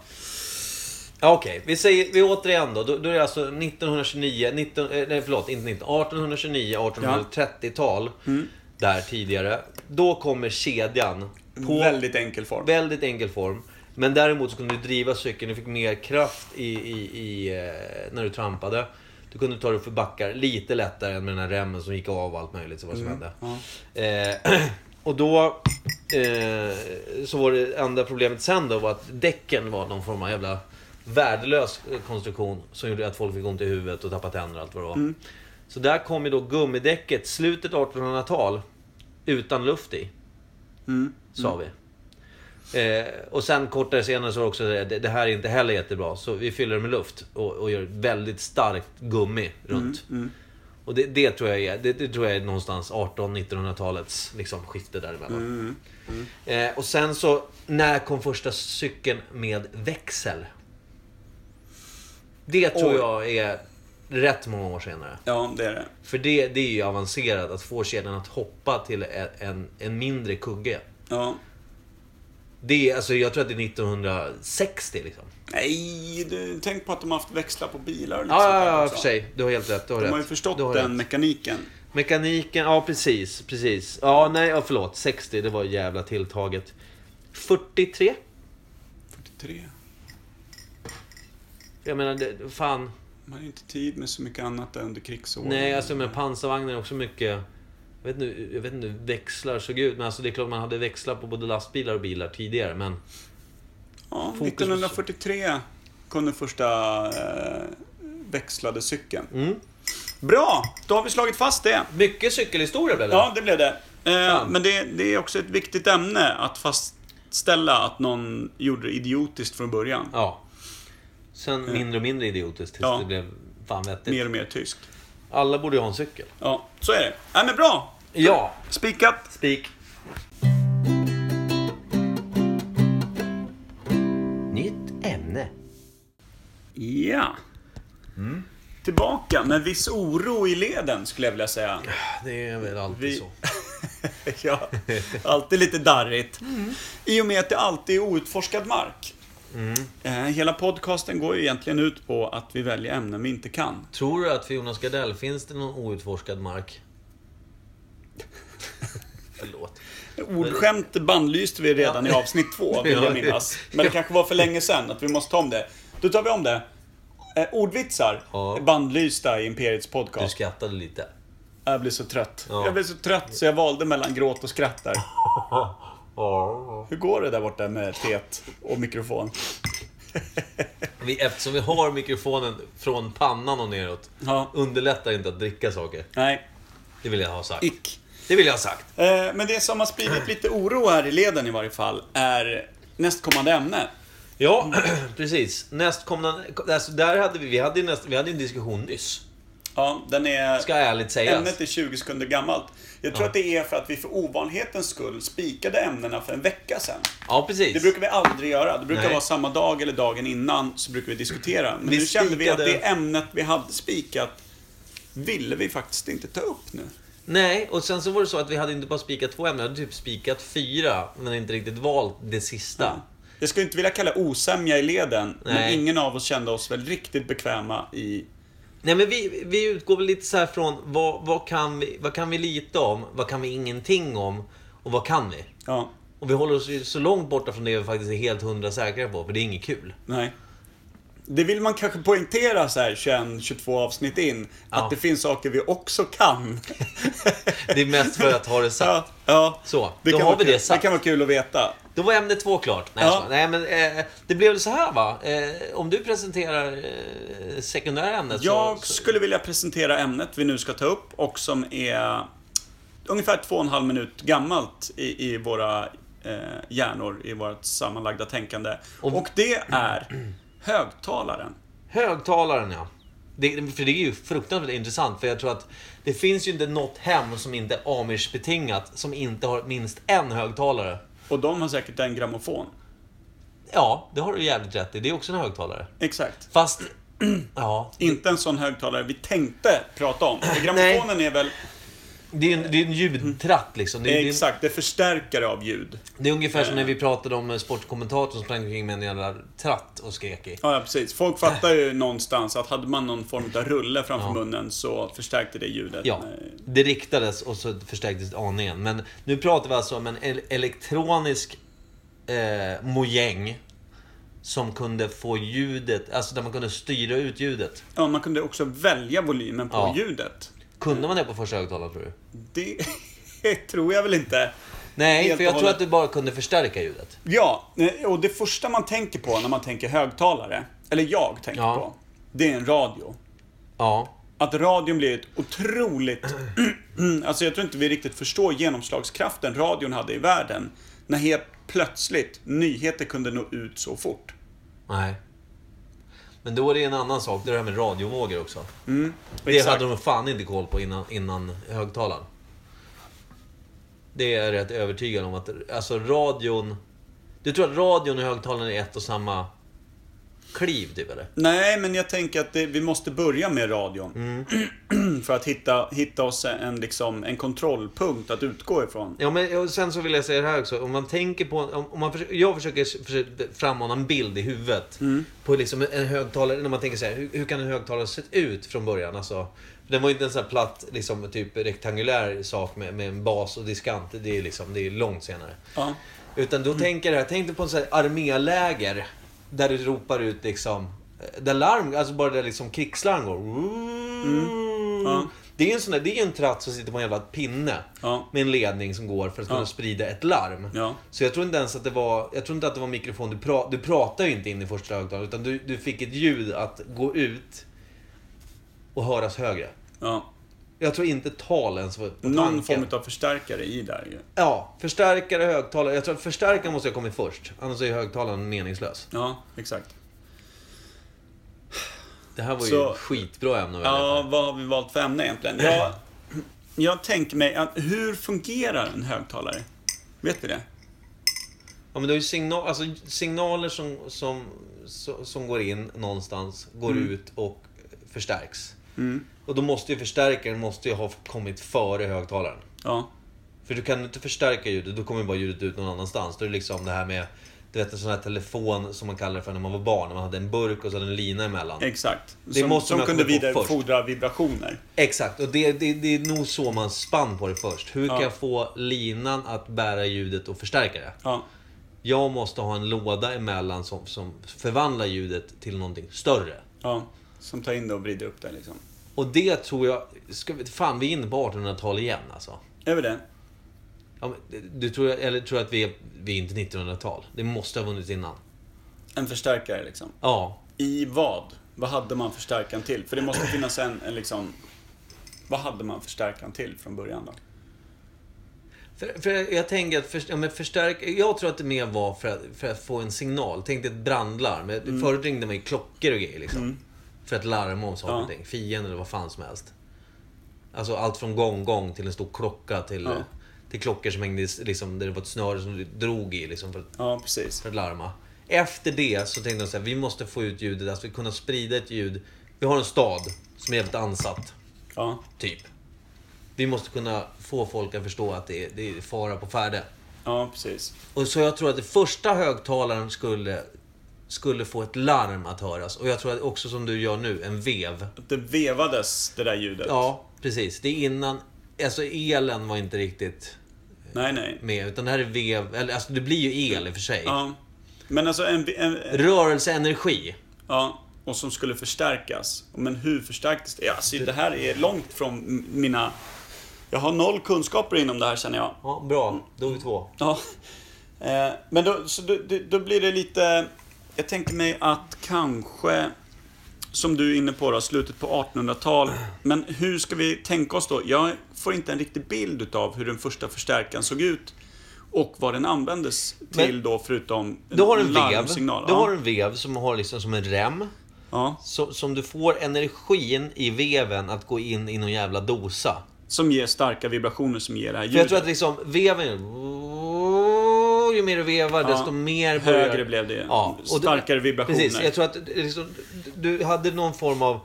S2: Ja, Okej, vi säger vi återigen då. Då, då är det alltså 1929, 19, eh, nej förlåt, inte 19, 1829, 1830-tal.
S1: Mm.
S2: Där tidigare. Då kommer kedjan. På
S1: Väldigt enkel form.
S2: väldigt enkel form. Men däremot så kunde du driva cykeln, du fick mer kraft i, i, i, eh, när du trampade. Du kunde ta dig för backar lite lättare än med den här remmen som gick av och allt möjligt. Så vad som hände. Eh, och då... Eh, så var det enda problemet sen då var att däcken var någon form av jävla värdelös konstruktion som gjorde att folk fick ont i huvudet och tappade tänder och allt vad det var. Så där kom ju då gummidäcket, slutet 1800-tal, utan luft i.
S1: Mm.
S2: Sa vi. Eh, och sen kortare senare så var det också det, det här är inte heller jättebra. Så vi fyller det med luft och, och gör ett väldigt starkt gummi runt. Och det, det, tror jag är, det, det tror jag är någonstans 18-1900-talets liksom, skifte däremellan. Eh, och sen så, när kom första cykeln med växel? Det tror
S1: Oj.
S2: jag är rätt många år senare.
S1: Ja, det är det.
S2: För det, det är ju avancerat att få kedjan att hoppa till en, en, en mindre kugge.
S1: Ja.
S2: Det är, alltså, jag tror att det är 1960 liksom.
S1: Nej, du, tänk på att de har haft växlar på bilar och lite
S2: Ja,
S1: sånt
S2: ja,
S1: där
S2: ja, i och
S1: också.
S2: för sig. Du har helt rätt. Du har
S1: De
S2: rätt.
S1: har ju förstått
S2: du har
S1: den
S2: Rätt.
S1: mekaniken.
S2: Mekaniken, ja precis, precis. Ja, nej, ja, förlåt. 60, det var jävla tilltaget. 43?
S1: 43.
S2: Jag menar, det, fan.
S1: Man har ju inte tid med så mycket annat där under krigsåren.
S2: Nej, alltså med pansarvagnar är också mycket... Jag vet, inte, jag vet inte hur växlar såg ut, men alltså det är klart man hade växlar på både lastbilar och bilar tidigare, men...
S1: Ja,
S2: fokus-
S1: 1943 kom den första eh, växlade cykeln.
S2: Mm.
S1: Bra! Då har vi slagit fast det.
S2: Mycket cykelhistoria blev det.
S1: Ja, det blev det. Eh,
S2: Fan.
S1: men det, det är också ett viktigt ämne att fastställa att någon gjorde det idiotiskt från början.
S2: ja. Sen mindre och mindre idiotiskt tills
S1: Ja.
S2: det blev fan vettigt.
S1: Mer och mer tyskt.
S2: Alla borde ju ha en cykel.
S1: Ja, så är det. Nej, men bra!
S2: Ja,
S1: Spikat!
S2: spik. Nytt ämne.
S1: Ja. Mm. Tillbaka med viss oro i leden, skulle jag vilja säga.
S2: Det är väl alltid
S1: Vi-
S2: så.
S1: ja, alltid lite darrigt. I och med att det alltid är outforskad mark.
S2: Mm.
S1: Eh, hela podcasten går ju egentligen ut på att vi väljer ämnen vi inte kan.
S2: Tror du att för Jonas Gardell finns det någon outforskad mark? Förlåt.
S1: Ordskämt bannlyste vi redan i avsnitt två, vill
S2: Ja.
S1: jag minnas. Men det kanske var för länge sedan, att vi måste ta om det. Då tar vi om det. Eh, ordvitsar
S2: Ja.
S1: bannlysta i Imperiets
S2: Du
S1: podcast.
S2: skrattade lite.
S1: Jag blev så trött.
S2: Ja.
S1: Jag blev så trött så jag valde mellan gråt och skratt där. E Hur går det där borta med teet och mikrofon?
S2: vi, eftersom vi har mikrofonen från pannan och neråt,
S1: Ja.
S2: underlättar inte att dricka saker.
S1: Nej,
S2: Det vill jag ha sagt.
S1: ick.
S2: Det vill jag ha sagt.
S1: Eh, Men det som har spridit lite oro här i leden i varje fall är nästkommande ämne.
S2: Ja, precis. Nästkommande... Alltså där hade vi, vi hade ju näst, vi hade ju en diskussion nyss.
S1: Ja, den är...
S2: Ska ärligt sägas.
S1: Ämnet är 20 sekunder gammalt. Jag tror att det är för att vi för ovanlighetens skull spikade ämnena för en vecka sedan.
S2: Ja, precis.
S1: Det brukar vi aldrig göra. Det brukar
S2: Nej.
S1: vara samma dag eller dagen innan så brukar vi diskutera. Men
S2: Vi
S1: nu kände vi att
S2: spikade-
S1: det ämnet vi hade spikat ville vi faktiskt inte ta upp nu.
S2: Nej, och sen så var det så att vi hade inte bara spikat två ämnen, vi hade typ spikat fyra, men inte riktigt valt det sista.
S1: Mm. Jag skulle inte vilja kalla osämja i leden, men
S2: Nej.
S1: ingen av oss kände oss väl riktigt bekväma i...
S2: Nej, men vi, vi utgår väl lite så här från vad, vad, kan vi, vad kan vi lite om, vad kan vi ingenting om och vad kan vi?
S1: Ja,
S2: Och vi håller oss ju så långt borta från det vi faktiskt är helt hundra säkra på, för det är inget kul.
S1: nej. Det vill man kanske poängtera så här 21-22 avsnitt in, att det finns saker vi också kan.
S2: Det är mest för att ha det
S1: Ja,
S2: sagt.
S1: ja.
S2: Så, då har
S1: vara
S2: vi
S1: kul.
S2: det sagt.
S1: Det kan vara kul att veta.
S2: Då var ämne två klart. Nej,
S1: Ja.
S2: jag skojar. Nej men eh, det blev väl så här va? Eh, om du presenterar eh, sekundära ämnet
S1: Jag
S2: så...
S1: skulle vilja presentera ämnet vi nu ska ta upp och som är ungefär två och en halv minut gammalt i, i våra eh, hjärnor, i vårt sammanlagda tänkande. Och, det är högtalaren.
S2: Högtalaren ja. Det, för det är ju fruktansvärt intressant för jag tror att det finns ju inte något hem som inte är amish-betingat som inte har minst en högtalare.
S1: Och de har säkert en grammofon.
S2: Ja, det har du jävligt rätt i. Det är också en högtalare.
S1: Exakt.
S2: Fast, ja.
S1: Inte en sån högtalare vi tänkte prata om. För Grammofonen är väl, eh,
S2: Det är ju en, det är en ljudtratt liksom. Det är, det, är,
S1: exakt, det förstärkare av ljud.
S2: det är ungefär som när vi pratade om eh, sportkommentatorn som sprang omkring med en jävla tratt och skrek i.
S1: Ja, ja, precis. Folk fattar ju någonstans att hade man någon form av rulle framför munnen så förstärkte det ljudet.
S2: Ja,
S1: Eh,
S2: det riktades och så förstärktes aningen. Men nu pratar vi alltså om en el- elektronisk eh, mojäng som kunde få ljudet, alltså där man kunde styra ut ljudet.
S1: Ja, man kunde också välja volymen på
S2: Ja.
S1: ljudet.
S2: Kunde man det på första högtalaren tror du?
S1: Det tror jag väl inte.
S2: Nej,
S1: Helt
S2: för
S1: och
S2: jag tror
S1: hållet.
S2: att du bara kunde förstärka ljudet.
S1: Ja, eh, och det första man tänker på när man tänker högtalare, eller jag tänker
S2: Ja.
S1: på, det är en radio.
S2: Ja.
S1: Att radion blir ett otroligt... alltså jag tror inte vi riktigt förstår genomslagskraften radion hade i världen. När helt plötsligt nyheter kunde nå ut så fort.
S2: Nej. Men då är det en annan sak, det är det här med radiovågor också. det
S1: Exakt.
S2: hade de fan inte koll på innan, innan högtalaren. Det är jag rätt övertygad om att, alltså radion... Du tror att radion och högtalaren är ett och samma kliv typ eller?
S1: Nej, men jag tänker att det, vi måste börja med radion.
S2: Mm.
S1: för att hitta, hitta oss en, liksom, en kontrollpunkt att utgå ifrån.
S2: Ja men och sen så vill jag säga det här också, om man tänker på, om, om man försöker, jag försöker s- försöker frammana en bild i huvudet på liksom en högtalare, när man tänker så här, hur, hur kan en högtalare se ut från början? Alltså, den var ju inte en sån här platt, liksom, typ rektangulär sak med, med en bas och diskant, det är liksom, det är långt senare.
S1: Ja.
S2: Utan då tänker jag, tänk dig på en sån här arméläger där du ropar ut liksom, eh, där larm, alltså bara där liksom krigslarm går.
S1: Mm. Ja.
S2: Det är ju en sån där, det är ju en tratt som sitter på en jävla pinne
S1: Ja.
S2: med en ledning som går för att kunna
S1: Ja.
S2: sprida ett larm.
S1: Ja.
S2: Så jag tror inte ens att det var, jag tror inte att det var mikrofon, du, pra, du pratar ju inte in i första högtalaren utan du, du fick ett ljud att gå ut och höras högre.
S1: Ja.
S2: Jag tror inte tal ens var på
S1: Någon
S2: tanken.
S1: form av förstärkare i där ju.
S2: Ja, förstärkare, högtalare. Jag tror att förstärkaren måste ha kommit först. Annars är högtalaren meningslös.
S1: Ja, exakt.
S2: Det här var ju
S1: Så-
S2: ett skitbra ämne att välja
S1: Ja,
S2: på.
S1: vad har vi valt för ämne egentligen? Jag, jag tänker mig, att, hur fungerar en högtalare? Vet vi det?
S2: ja, men det är ju signal, alltså, signaler som, som, som, som går in någonstans, går
S1: Mm.
S2: ut och förstärks. Och då måste ju förstärkaren måste ju ha kommit före högtalaren.
S1: Ja.
S2: För du kan inte förstärka ljudet, då kommer bara ljudet ut någon annanstans. Då är det liksom det här med, du vet en sån här telefon som man kallar det för när man var barn. När man hade en burk och så hade en lina emellan.
S1: Exakt.
S2: Det
S1: som
S2: måste
S1: som
S2: man
S1: kunde
S2: komma på
S1: vidarefordra vibrationer.
S2: Exakt, och det, det, det är nog så man spann på det först. Hur kan jag få linan att bära ljudet och förstärka det?
S1: Ja.
S2: Jag måste ha en låda emellan som, som förvandlar ljudet till någonting större.
S1: ja. Som tar in det och vrider upp det liksom.
S2: Och det tror jag... Ska, vi- fan, vi är inne på 1800-tal igen alltså.
S1: Är vi det?
S2: Ja, men, du tror, eller tror att vi är, vi är inte 1900-tal? Det måste ha vunnit innan.
S1: En förstärkare liksom.
S2: Ja.
S1: I vad? Vad hade man förstärkan till? För det måste finnas en, en liksom... Vad hade man förstärkan till från början då?
S2: För, för jag, jag tänker att för, ja, men förstärk, jag tror att det mer var för att, för att få en signal. Tänk dig ett brandlarm.
S1: Mm.
S2: Förut ringde man ju klockor och grejer liksom. För att larma om saker
S1: Ja.
S2: och ting. Fienden eller vad fan som helst. Alltså allt från gång-gång till en stor klocka till,
S1: Ja.
S2: till klockor som hängde i s- liksom, där det var ett snöre som du drog i liksom, för, att,
S1: Ja, precis.
S2: för att larma. Efter det så tänkte de så här, vi måste få ut ljudet, alltså vi kunna sprida ett ljud. Vi har en stad som är jävligt ansatt.
S1: Ja,
S2: Typ. Vi måste kunna få folk att förstå att det är, det är fara på färde.
S1: ja precis.
S2: Och så jag tror att det första högtalaren skulle, skulle få ett larm att höras. Och jag tror att också som du gör nu, en vev.
S1: Att det vevades, det där ljudet.
S2: Ja, precis. Det är innan... Alltså elen var inte riktigt
S1: Nej, nej.
S2: med. Utan det här är vev... Eller alltså det blir ju el i och för sig.
S1: Ja. Men alltså en, en, en...
S2: Rörelseenergi.
S1: Ja. Och som skulle förstärkas. Men hur förstärktes det? Ja, Alltså, det här är långt från m- mina... Jag har noll kunskaper inom det här känner jag.
S2: Ja, bra. Då är vi två.
S1: Ja. Eh, Men då, så då, då- då blir det lite... Jag tänker mig att kanske, som du är inne på då, slutet på 1800-tal. Men hur ska vi tänka oss då? Jag får inte en riktig bild utav hur den första förstärkaren såg ut och vad den användes
S2: Men-
S1: till då, förutom
S2: Du har en vev.
S1: larmsignal.
S2: Du
S1: Ja.
S2: har en vev som har liksom som en rem.
S1: ja.
S2: Så, som du får energin i veven att gå in i någon jävla dosa.
S1: Som ger starka vibrationer som ger det här
S2: För jag
S1: ljudet.
S2: tror att liksom veven... Ju mer du vevar, desto mer börjar...
S1: Högre blev det.
S2: Ja, och det-
S1: Starkare vibrationer.
S2: Precis, jag tror att liksom, du hade någon form av...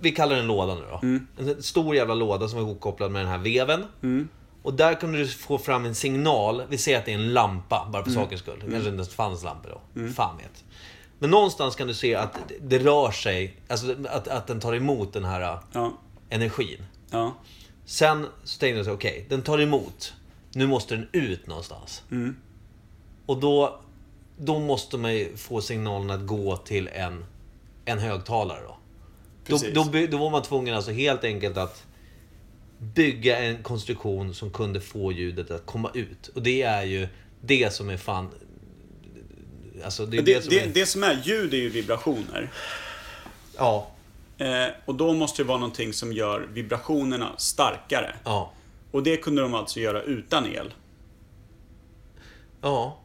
S2: Vi kallar den låda nu då.
S1: Mm.
S2: En stor jävla låda som var ihopkopplad med den här veven.
S1: Mm.
S2: Och där kunde du få fram en signal. Vi säger att det är en lampa, bara för
S1: Mm.
S2: sakens skull. Det kanske inte ens fanns lampor då. Fan vet. Men någonstans kan du se att det rör sig, alltså att, att den tar emot den här eh,
S1: Ja.
S2: energin.
S1: Ja.
S2: Sen så tänkte jag så här, okej, den tar emot. Nu måste den ut någonstans.
S1: Mm.
S2: Och då, då måste man ju få signalen att gå till en, en högtalare då. Då,
S1: Precis.
S2: då. by- då var man tvungen alltså helt enkelt att bygga en konstruktion som kunde få ljudet att komma ut. Och det är ju det som är fan... Alltså det är det,
S1: Det,
S2: som
S1: det,
S2: är...
S1: det som är ljud är ju vibrationer.
S2: Ja,
S1: Eh, och då måste det vara någonting som gör vibrationerna starkare.
S2: ja,
S1: Och det kunde de alltså göra utan el.
S2: ja.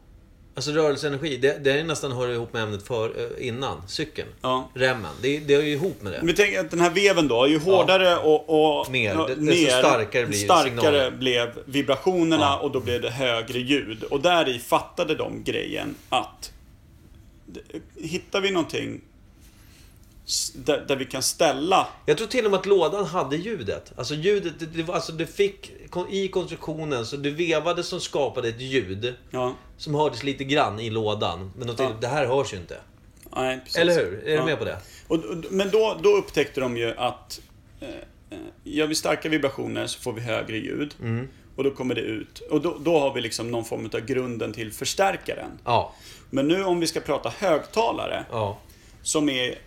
S2: Alltså rörelseenergi, det, det är nästan hör ihop med ämnet för, eh, innan, cykeln.
S1: Ja.
S2: Remmen, det, det är ju ihop med det.
S1: Vi tänker att den här veven då, ju hårdare och, och
S2: Mer,
S1: ja,
S2: desto starkare blir
S1: starkare
S2: signalen.
S1: blev vibrationerna
S2: Ja.
S1: och då blev det högre ljud. Och där i fattade de grejen att d- hittar vi någonting s- där, där vi kan ställa
S2: Jag tror till och med att lådan hade ljudet. Alltså ljudet, det, det, var- alltså du fick kon- i konstruktionen, så du vevade som skapade ett ljud.
S1: Ja,
S2: Som hördes lite grann i lådan. Men de tänkte,
S1: Ja.
S2: det här hörs ju inte.
S1: nej, precis.
S2: Eller hur? Är
S1: ja.
S2: du med på det?
S1: Och, och, men då, då upptäckte de ju att eh, eh, gör vi starka vibrationer så får vi högre ljud.
S2: Mm.
S1: Och då kommer det ut. Och då, då har vi liksom någon form av grunden till förstärkaren.
S2: Ja.
S1: Men nu om vi ska prata högtalare
S2: Ja.
S1: som är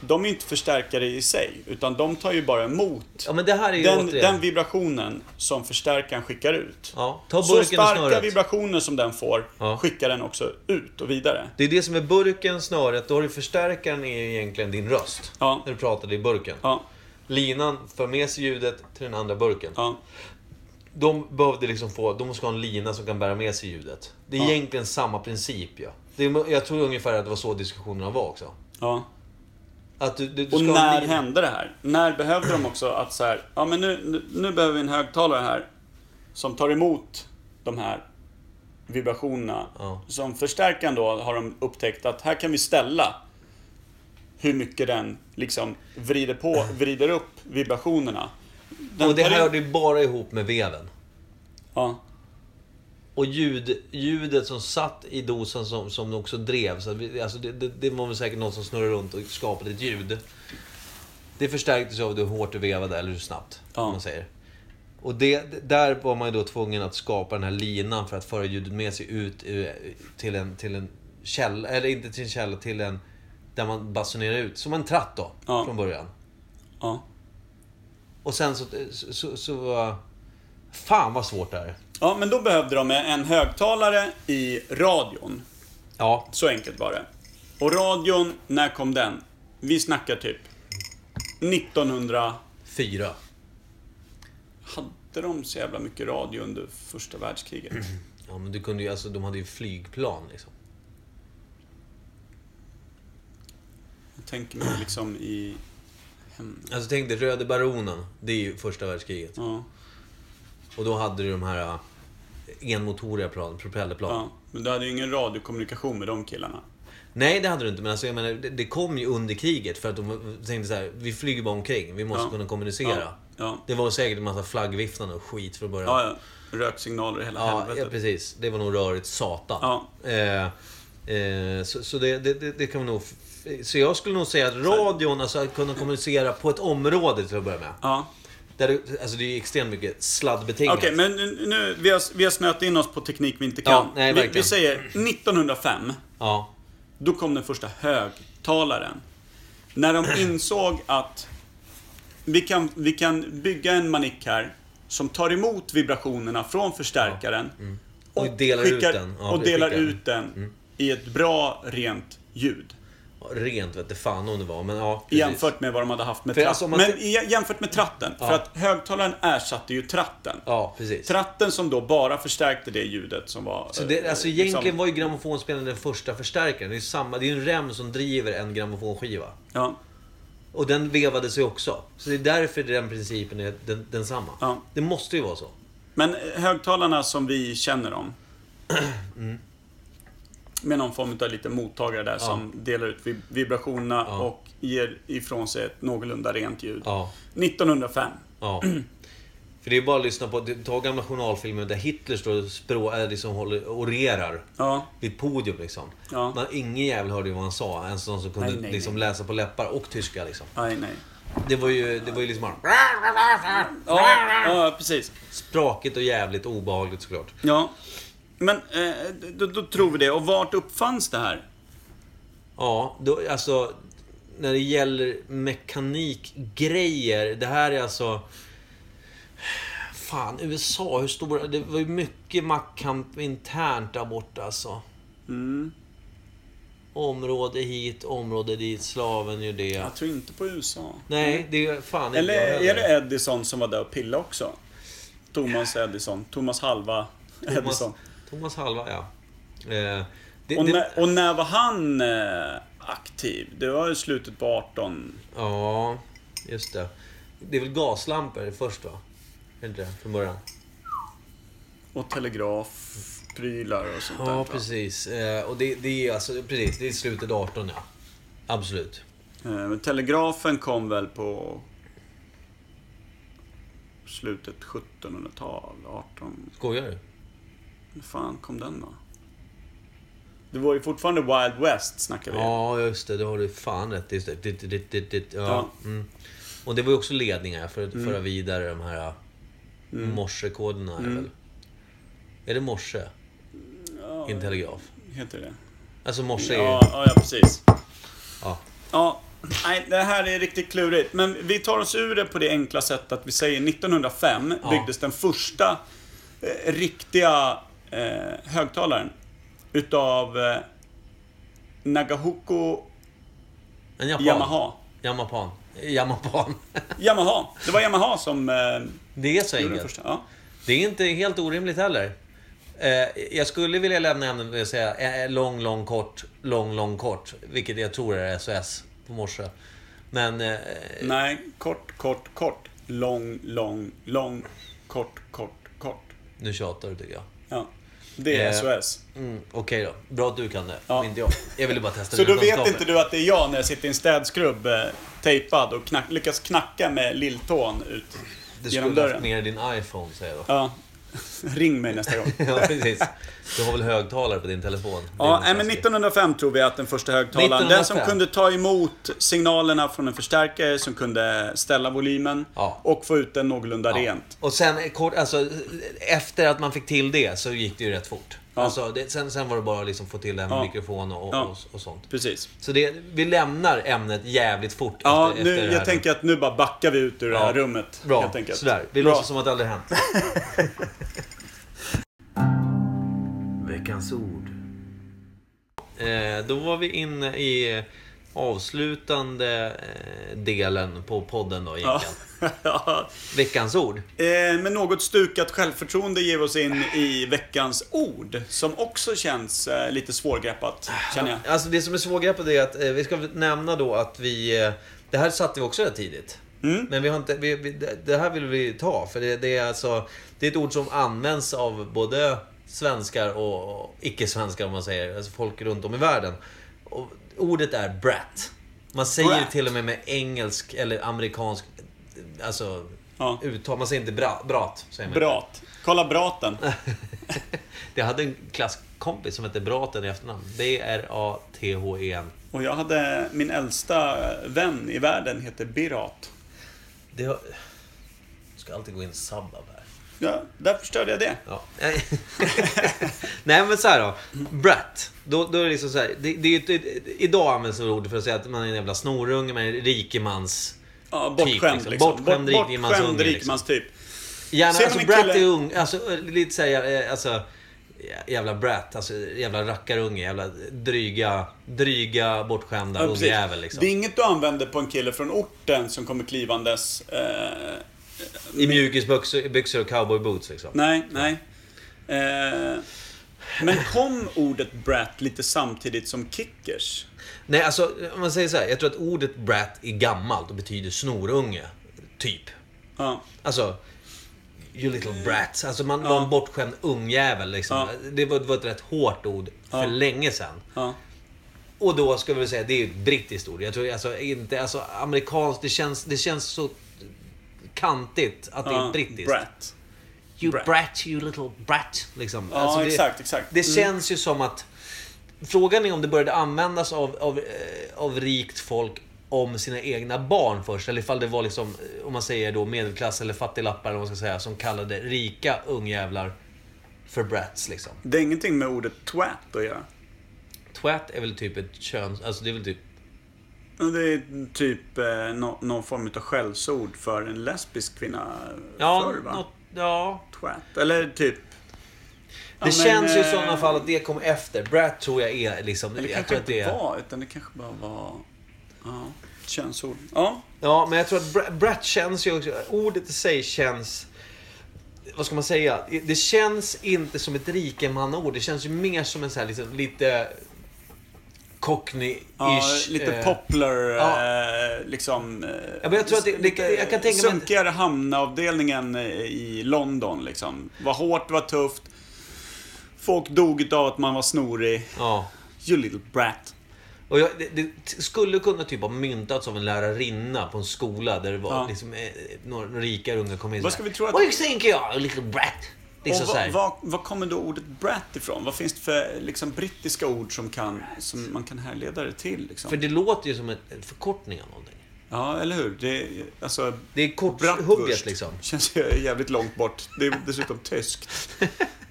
S1: de är inte förstärkare i sig, utan de tar ju bara emot
S2: Ja men det här är ju
S1: den,
S2: återigen...
S1: den vibrationen som förstärkaren skickar ut.
S2: Ja. Ta
S1: Så
S2: burken och
S1: starka
S2: snöret.
S1: vibrationer som den får
S2: Ja.
S1: skickar den också ut och vidare.
S2: Det är det som är burken, snöret. Då har du förstärkaren är ju egentligen din röst.
S1: Ja.
S2: När du pratade i burken.
S1: Ja,
S2: Linan för med sig ljudet till den andra burken.
S1: ja,
S2: De behövde liksom få, de måste ha en lina som kan bära med sig ljudet. Det är egentligen samma princip ja. Det är, jag tror ungefär att det var så diskussionerna var också.
S1: ja.
S2: Att du, du, du
S1: Och
S2: ska ha
S1: när
S2: en lina.
S1: hände det här? När behövde de också att så här, ja men nu, nu- nu behöver vi en högtalare här som tar emot de här vibrationerna.
S2: Ja.
S1: Som förstärkaren då har de upptäckt att här kan vi ställa hur mycket den liksom vrider på, vrider upp vibrationerna. Den
S2: Och det
S1: tar in-
S2: här hörde ju bara ihop med veven.
S1: Ja,
S2: Och ljud, ljudet som satt i dosan som, som också drev. Så att vi, alltså det, det, det var väl säkert någon som snurrade runt och skapade ett ljud. Det förstärktes av hur hårt du vevade eller hur snabbt.
S1: Ja.
S2: Om man säger. Och det, det- där var man ju då tvungen att skapa den här linan för att föra ljudet med sig ut ur- till en, till en källa. Eller inte till en källa, till en... Där man basunerar ut. Som en tratt då,
S1: Ja.
S2: från början.
S1: ja.
S2: Och sen så... så, så, så fan vad svårt det här är.
S1: Ja, men då behövde de en högtalare i radion.
S2: Ja,
S1: Så enkelt var det. Och radion, när kom den? Vi snackar typ 1900...
S2: Fyra.
S1: Hade de så jävla mycket radio under första världskriget?
S2: Mm. Ja, men du kunde ju, alltså, de hade ju flygplan liksom.
S1: Jag tänker mig liksom i...
S2: Alltså tänk dig Röde Baronen. Det är ju första världskriget.
S1: Ja,
S2: Och då hade du de här eh, enmotoriga plan, propellerplan.
S1: ja. Men du hade ju ingen radiokommunikation med de killarna.
S2: Nej, det hade du inte. Men alltså, jag menar, det, det kom ju under kriget för att de tänkte så här, vi flyger bara omkring. Vi måste
S1: Ja.
S2: kunna kommunicera.
S1: Ja. Ja.
S2: Det var säkert en massa flaggviftande och skit för början.
S1: Ja, ja. Röksignaler i hela
S2: Ja, ja,
S1: helvetet.
S2: precis. Det var nog rörigt satan. Eh, eh, så så det, det, det, det kan man nog... f- Så jag skulle nog säga att radion, alltså att kunna kommunicera på ett område till att börja med.
S1: Ja.
S2: Där det, alltså det är ju extremt mycket sladdbetingat.
S1: Okej, men nu- nu, vi har, vi har snöat in oss på teknik vi inte kan.
S2: Ja, nej,
S1: vi,
S2: verkligen.
S1: vi säger 1905.
S2: Ja.
S1: Då kom den första högtalaren. När de insåg att vi kan, vi kan bygga en manick här som tar emot vibrationerna från förstärkaren
S2: Mm. Och delar ut den. Ja,
S1: och delar
S2: skickar Mm. den.
S1: ut den i ett bra, rent ljud.
S2: Rent vet du fan om det var, men ja. precis.
S1: Jämfört med vad de hade haft med
S2: För
S1: tratten.
S2: alltså om man
S1: Men
S2: ser-
S1: i- jämfört med tratten. För att högtalaren ersatte ju tratten.
S2: Ja, precis.
S1: Tratten som då bara förstärkte det ljudet som var... eh, liksom-
S2: Så det, alltså egentligen var ju grammofonspelaren den första förstärkaren. Det är ju samma, det är ju en rem som driver en grammofonskiva.
S1: Ja,
S2: Och den vevades ju också. Så det är därför den principen är den, densamma.
S1: Ja.
S2: Det måste ju vara så.
S1: men högtalarna som vi känner dem.
S2: Mm.
S1: Med någon form av lite mottagare där som delar ut vib- vibrationerna och ger ifrån sig ett någorlunda rent ljud.
S2: Ja.
S1: 1905.
S2: Ja. För det är bara att lyssna på, ta gamla journalfilmer där Hitler står och språ, äh, liksom håller, orerar.
S1: Ja.
S2: Vid ett podium liksom.
S1: Ja.
S2: Man, ingen jävel hörde ju vad han sa. Ens de som kunde
S1: Nej, nej,
S2: liksom
S1: nej.
S2: läsa på läppar och tyska liksom.
S1: Aj, nej.
S2: Det var ju, det var ju liksom bara
S1: Ja, ja precis.
S2: sprakigt och jävligt obehagligt såklart.
S1: Ja. Men eh, då, då tror vi det. Och vart uppfanns det här?
S2: Ja, då, alltså när det gäller mekanikgrejer. Det här är alltså... Fan, USA, hur stora... Det var ju mycket maktkamp internt där borta alltså.
S1: Mm.
S2: Område hit, område dit, slaven gör det.
S1: Jag tror inte på USA.
S2: Nej, det är fan
S1: Mm. Eller
S2: inte jag heller.
S1: är det Edison som var där och pillade också? Thomas Edison. Thomas halva
S2: Thomas,
S1: Edison.
S2: Thomas Halva, ja. Eh, det,
S1: Och
S2: det,
S1: när, och när var han eh, aktiv? Det var i slutet på 18...
S2: ja, just det. Det är väl gaslampor först va? Är det inte det? Från början?
S1: Och telegrafprylar och sånt där.
S2: Ja,
S1: va?
S2: precis. Eh, och det, det är alltså, precis, det är slutet 18 ja. Absolut.
S1: Eh, men telegrafen kom väl på... Slutet 1700-tal, 18...
S2: Skojar du?
S1: När fan kom den då? Det var ju fortfarande Wild West snackar vi.
S2: Ja, just det. Det har du fan rätt i. Just det. Ditt, ditt, ditt, ditt, ja.
S1: Ja. Mm.
S2: Mm. Och det var ju också ledningar för att föra vidare de här mm. morsekoderna. är det väl? Är det morse?
S1: Ja,
S2: Inte telegraf.
S1: Heter det
S2: Alltså morse är ju...
S1: ja, ja, ja, precis.
S2: Ja.
S1: Ja, nej, det här är riktigt klurigt. Men vi tar oss ur det på det enkla sättet att vi säger 1905
S2: Ja.
S1: byggdes den första eh, riktiga eh, högtalaren. Utav eh, Nagahuko
S2: En japan.
S1: Yamaha.
S2: Yamapan. Yamapan.
S1: Yamaha. Det var Yamaha som eh,
S2: det är så
S1: gjorde den
S2: enkelt.
S1: första. Ja.
S2: Det är inte helt orimligt heller. Eh, jag skulle vilja lämna ämnet med att säga eh, eh, lång, lång, kort, lång, lång, kort. Vilket jag tror är SOS på morse. Men eh,
S1: Nej, kort, kort, kort. Lång, lång, lång. Kort, kort, kort.
S2: nu tjatar du tycker jag.
S1: Ja. Det är
S2: Eh,
S1: SOS.
S2: Mm, Okej då. Bra att du kan det.
S1: Ja.
S2: Inte jag. Jag ville bara testa
S1: Så
S2: dina
S1: då vet
S2: kunskaper.
S1: inte du att det är jag när jag sitter i en städskrubb eh, tejpad och knack, lyckas knacka med lilltån ut
S2: Du
S1: genom
S2: skulle haft
S1: dörren.
S2: ner din iPhone säger jag då.
S1: Ja. Ring mig nästa gång.
S2: ja, precis. Du har väl högtalare på din telefon? Det är
S1: Ja,
S2: nog
S1: nej, men
S2: taskigt.
S1: 1905 tror vi att den första högtalaren, den som
S2: 1905.
S1: kunde ta emot signalerna från en förstärkare, som kunde ställa volymen
S2: Ja.
S1: och få ut den någorlunda
S2: Ja.
S1: rent.
S2: Och sen kort, alltså, efter att man fick till det så gick det ju rätt fort.
S1: Ja.
S2: Alltså, det, sen, sen var det bara att liksom få till det här med
S1: Ja.
S2: mikrofon och, och,
S1: Ja.
S2: och, och sånt.
S1: Precis.
S2: Så det, vi lämnar ämnet jävligt fort.
S1: Ja,
S2: efter,
S1: nu,
S2: efter det
S1: jag
S2: här.
S1: tänker att nu bara backar vi ut ur det här
S2: Ja.
S1: rummet.
S2: Bra,
S1: helt enkelt.
S2: sådär. Vi
S1: Bra.
S2: låtsas som att det aldrig hänt. Veckans ord. Eh, Då var vi inne i avslutande eh, delen på podden då egentligen.
S1: Ja. Ja.
S2: Veckans ord.
S1: Eh, Med något stukat självförtroende ger vi oss in i veckans ord, som också känns eh, lite svårgreppat, känner jag.
S2: Alltså det som är svårgreppat är att eh, vi ska väl nämna då att vi... Eh, det här satte vi också rätt tidigt.
S1: Mm.
S2: Men vi har inte, vi, vi, det- det här vill vi ta, för det, det är alltså... Det är ett ord som används av både svenskar och och icke-svenskar om man säger. Alltså folk runt om i världen. Och ordet är brat. Man säger
S1: Brat.
S2: till och med med engelsk eller amerikansk... Alltså...
S1: Ja.
S2: Uttal. Man säger inte bra, brat. Säger man.
S1: Brat. Kolla braten.
S2: Jag hade en klasskompis som hette Braten i efternamn. B-R-A-T-H-E-N.
S1: Och jag hade min äldsta eh, vän i världen heter Birat.
S2: Det har... Jag ska alltid gå in sabab här.
S1: Ja, där förstörde jag det.
S2: Ja. Nej. Nej men så här då. Brat. Då, då är det liksom så här. Det, det är ju ett, idag används det ordet för att säga att man är en jävla snorunge, man är en rikemans...
S1: Ja,
S2: Typ,
S1: bortskämd
S2: liksom.
S1: liksom.
S2: Bortskämd
S1: Bort-
S2: rikemansunge,
S1: bortskämd typ.
S2: liksom.
S1: rikemanstyp.
S2: Gärna,
S1: Ser man
S2: alltså
S1: en
S2: brat
S1: kille-
S2: är ung, alltså eh, lite såhär, alltså... Jävla brat, alltså jävla rackarunge, jävla dryga, dryga bortskämda
S1: Ja, precis.
S2: ungjävel liksom.
S1: Det är inget du använder på en kille från orten som kommer klivandes. Eh,
S2: I mjukisbyxor byxor och cowboyboots liksom.
S1: nej, nej. Eh, men kom ordet brat lite samtidigt som kickers?
S2: Nej, alltså om man säger så här. Jag tror att ordet brat är gammalt och betyder snorunge. Typ.
S1: Ja.
S2: Alltså, you little brat. Alltså man var en bortskämd ungjävel liksom.
S1: Ja.
S2: Det var, det var ett rätt hårt ord för
S1: Ja.
S2: länge sedan.
S1: ja.
S2: Och då skulle vi säga, det är ju ett brittiskt ord. Jag tror alltså inte, alltså amerikanskt, det känns, det känns så kantigt att det är
S1: ja,
S2: brittiskt.
S1: Brat.
S2: You
S1: Brat.
S2: brat. you little brat. Liksom.
S1: Ja, exakt, exakt.
S2: Det
S1: Mm.
S2: känns ju som att... Frågan är om det började användas av, av, eh, av rikt folk om sina egna barn först. Eller ifall det var liksom, eh, om man säger då medelklass eller fattiglappar eller vad man ska säga, som kallade rika ungjävlar för brats liksom.
S1: Det är ingenting med ordet twat att göra.
S2: Twat är väl typ ett köns... Alltså det är väl typ...
S1: Det är typ eh, nå- någon form av skällsord för en lesbisk kvinna
S2: Ja,
S1: förr va?
S2: något, ja.
S1: Twat. Eller typ...
S2: Det känns ju i sådana fall att det kom efter. Brat tror jag är liksom...
S1: eh, Det
S2: jag
S1: kanske
S2: tror att
S1: inte
S2: det är...
S1: var, utan det kanske bara var... Ja, könsord. Ja.
S2: Ja, men jag tror att bra- brat känns ju också... Ordet i sig känns... Vad ska man säga? Det känns inte som ett rikemannaord. Det känns ju mer som en så här liksom, lite... Cockney-ish.
S1: Ja, lite
S2: eh,
S1: poplar,
S2: ja.
S1: eh, liksom... eh,
S2: Ja, men jag tror att det- det-
S1: lite
S2: jag kan tänka mig-
S1: Sunkigare hamnavdelningen eh, i London, liksom. Var hårt, var tufft. Folk dog av att man var snorig.
S2: Ja.
S1: You little brat.
S2: Och jag, det, det t- skulle kunna typ ha myntats av en lärarinna på en skola där det var
S1: Ja.
S2: liksom, eh, några rika unga kom in
S1: Vad
S2: så
S1: ska
S2: här,
S1: vi tro att-
S2: What you think you are, little brat? Liksom
S1: Och
S2: så
S1: vad,
S2: här.
S1: vad, vad kommer då ordet brat ifrån? Vad finns det för liksom, brittiska ord som, kan, som man kan härleda det till?
S2: För
S1: Liksom?
S2: det låter ju som en en förkortning av någonting.
S1: Ja, eller hur? Det, är- alltså,
S2: Det är korthugget
S1: Bratwurst
S2: liksom.
S1: känns ju jävligt långt bort. Det är dessutom tyskt.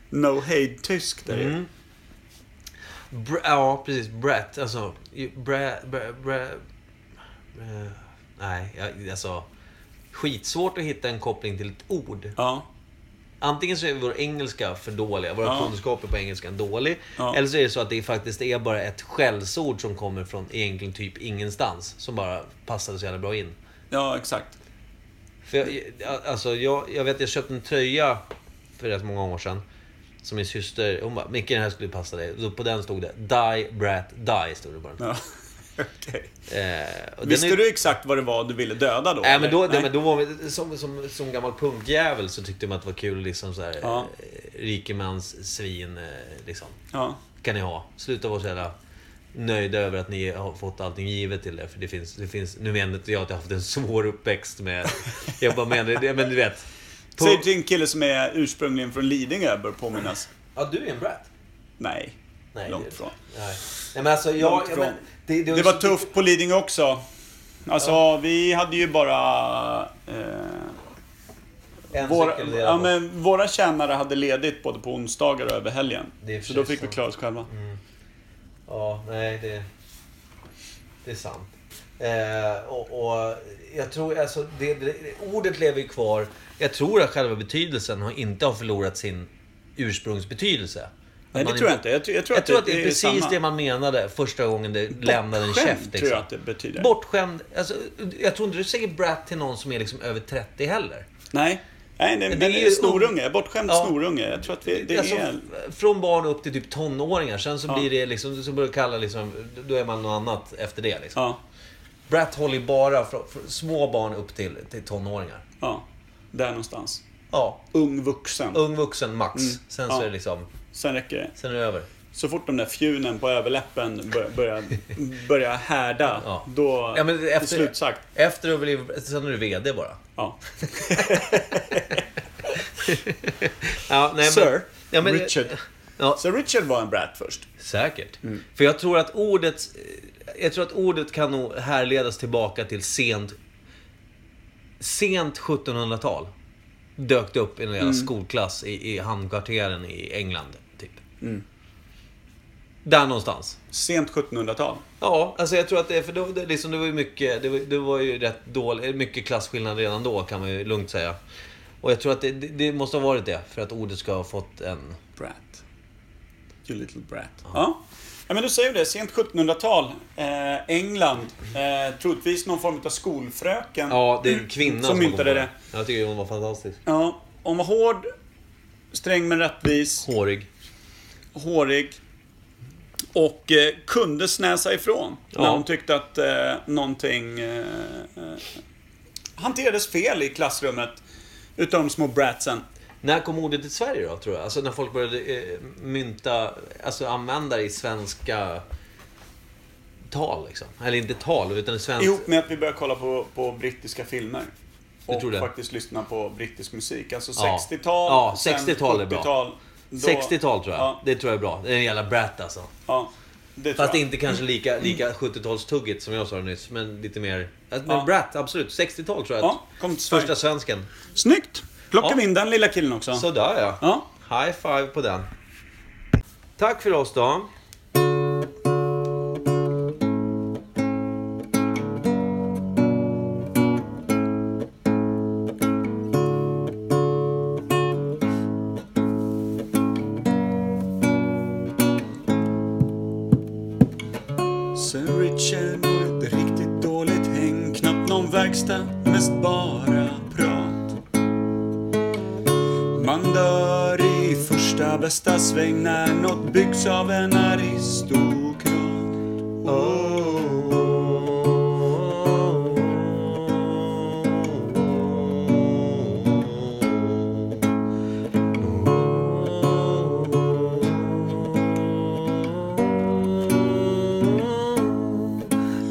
S1: No hate tysk där mm.
S2: Br- ja, precis. Brett. Alltså... ju- Brä, brä, brä, brä, eh, nej, jag, alltså... Skitsvårt att hitta en koppling till ett ord.
S1: Ja.
S2: Antingen så är vår engelska för dåliga, våra
S1: Ja.
S2: kunskaper på engelskan dålig.
S1: Ja.
S2: Eller så är det så att det faktiskt är bara ett skällsord som kommer från egentligen typ ingenstans. Som bara passade så jävla bra in.
S1: ja, exakt.
S2: För jag, jag- alltså, jag, jag vet, jag köpte en tröja för rätt många år sedan. Som min syster, hon bara, Micke den här skulle passa dig. Och då på den stod det, Die Brat Die. Stod det bara.
S1: Ja. Okej.
S2: Eh, och den
S1: Visste
S2: är-
S1: du exakt vad det var du ville döda då?
S2: Nej men då,
S1: eller?
S2: nej. men då var vi, som, som, som gammal punkjävel så tyckte man att det var kul liksom så här,
S1: Ja.
S2: eh, rikemans svin eh, liksom.
S1: Ja.
S2: Kan ni ha. Sluta vara så jävla nöjda över att ni har fått allting givet till er. För det finns, det finns, nu menar inte jag att jag har haft en svår uppväxt med... Jag bara menar, det, men du vet. På,
S1: Säg till en kille som är ursprungligen från Lidingö, bör påminnas.
S2: ja, du är en brat.
S1: Nej.
S2: Nej,
S1: Långt
S2: det-
S1: ifrån.
S2: Nej. nej men alltså jag...
S1: Långt
S2: jag men,
S1: ifrån.
S2: det,
S1: Det var tufft på Lidingö också. Alltså, vi hade ju bara... Eh,
S2: En
S1: Våra,
S2: cykel, det är
S1: ja,
S2: allt.
S1: men våra tjänare hade ledigt både på onsdagar och över helgen.
S2: Det är Mm. i och för
S1: Så då
S2: sig
S1: fick vi
S2: sant.
S1: klara oss själva.
S2: Ja, nej det... Det är sant. Eh, och, och jag tror alltså, det, det, ordet lever ju kvar. Jag tror att själva betydelsen har inte har förlorat sin ursprungsbetydelse.
S1: Nej, det
S2: man
S1: tror jag
S2: inte-
S1: inte. Jag, tror- jag tror
S2: Jag
S1: att
S2: tror
S1: det,
S2: att det är precis det man menade första gången det lämnade en käft. Liksom.
S1: tror jag att det betyder.
S2: Bortskämd. Alltså, jag tror inte du säger brat till någon som är liksom över 30 heller.
S1: Nej. Nej, nej, men
S2: Det är
S1: det är
S2: ju-
S1: snorunge. Bortskämd
S2: Ja.
S1: snorunge. Jag tror att vi, det
S2: alltså,
S1: är...
S2: f- Från barn upp till typ tonåringar. Sen så
S1: Ja.
S2: blir det liksom, så börjar du kalla liksom, då är man något annat efter det. Liksom.
S1: Ja.
S2: Brat håller ju bara från, från små barn upp till, till tonåringar.
S1: Ja. Där någonstans.
S2: Ja,
S1: Ung vuxen.
S2: ung vuxen max. Sen
S1: Ja.
S2: så är det liksom,
S1: Sen räcker det.
S2: sen är det över.
S1: Så fort de där fjunen på överläppen bör- börjar, börjar härda,
S2: Ja.
S1: då...
S2: Ja, men
S1: det är
S2: efter-
S1: slutsagt.
S2: Efter du har blivit, sen är du VD bara.
S1: Ja.
S2: Ja, nej, men-
S1: Sir
S2: ja, men,
S1: Richard.
S2: Ja, Mm.
S1: Så Richard var en brat först.
S2: Säkert. För jag tror att ordet Jag tror att ordet kan nog härledas tillbaka till sent Sent 1700-tal. Dök det upp i någon jävla skolklass i, i hamnkvarteren i England. Typ. Där någonstans.
S1: Sent 1700-tal.
S2: Ja, alltså jag tror att det, för då, det, liksom, det var ju mycket, det var, det var ju rätt dålig, mycket klasskillnad redan då kan man ju lugnt säga. Och jag tror att det, det, det måste ha varit det för att ordet ska ha fått en...
S1: Brat. You little brat. Ja. ja men du säger det. Sent 1700-tal. Eh, England. Eh, troligtvis någon form av skolfröken.
S2: Ja, det är en kvinna
S1: Som
S2: har kommit
S1: myntade
S2: på
S1: det.
S2: Jag tycker hon var fantastisk.
S1: Ja, hon var hård, sträng men rättvis,
S2: Hårig.
S1: hårig och eh, kunde snäsa ifrån när
S2: Ja.
S1: hon tyckte att eh, någonting eh, eh, hanterades fel i klassrummet utav de små bratsen.
S2: När kom ordet till Sverige då, tror jag? Alltså när folk började eh, mynta, alltså använda det i svenska tal liksom. Eller inte tal, utan i svensk...
S1: Ihop med att vi började kolla på, på brittiska filmer.
S2: Jag tror
S1: Och
S2: det.
S1: faktiskt lyssna på brittisk musik. Alltså
S2: Ja.
S1: 60-tal,
S2: Ja,
S1: sen
S2: 60-tal är bra.
S1: 70-tal, då-
S2: 60-tal tror jag.
S1: Ja,
S2: Det tror jag är bra. Det är en jävla brat alltså.
S1: ja, det
S2: Fast
S1: tror jag. Mm.
S2: inte kanske lika, lika 70-talstuggigt som jag sa nyss, men lite mer... Alltså, Men
S1: Ja.
S2: brat, absolut. 60-tal tror jag.
S1: Ja, kom till Sverige.
S2: Första svensken.
S1: Snyggt! Plockar
S2: Ja.
S1: vi in den lilla killen också.
S2: Sådär ja.
S1: Ja.
S2: High five på den. Tack för oss då.
S1: Sir Richard mår ett riktigt dåligt häng Knappt någon verkstad, mest bara prat Man dör i första bästa sväng när något byggs av en aristokrat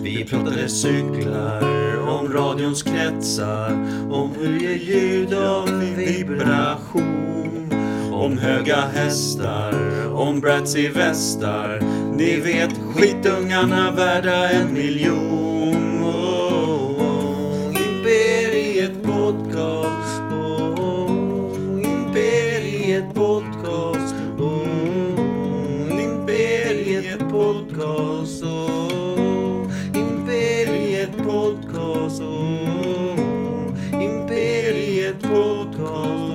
S2: Vi
S1: pratade
S2: pratade
S1: cyklar, om radions kretsar, om hur ger ljud av vibration. Om höga hästar, om brats i västar. Ni vet, skitungarna värda en miljon. Oh, oh. Imperiet podcast. Oh, oh. Imperiet podcast. Oh, oh. Imperiet podcast. Oh, oh. Imperiet podcast. Oh, oh. Imperiet podcast.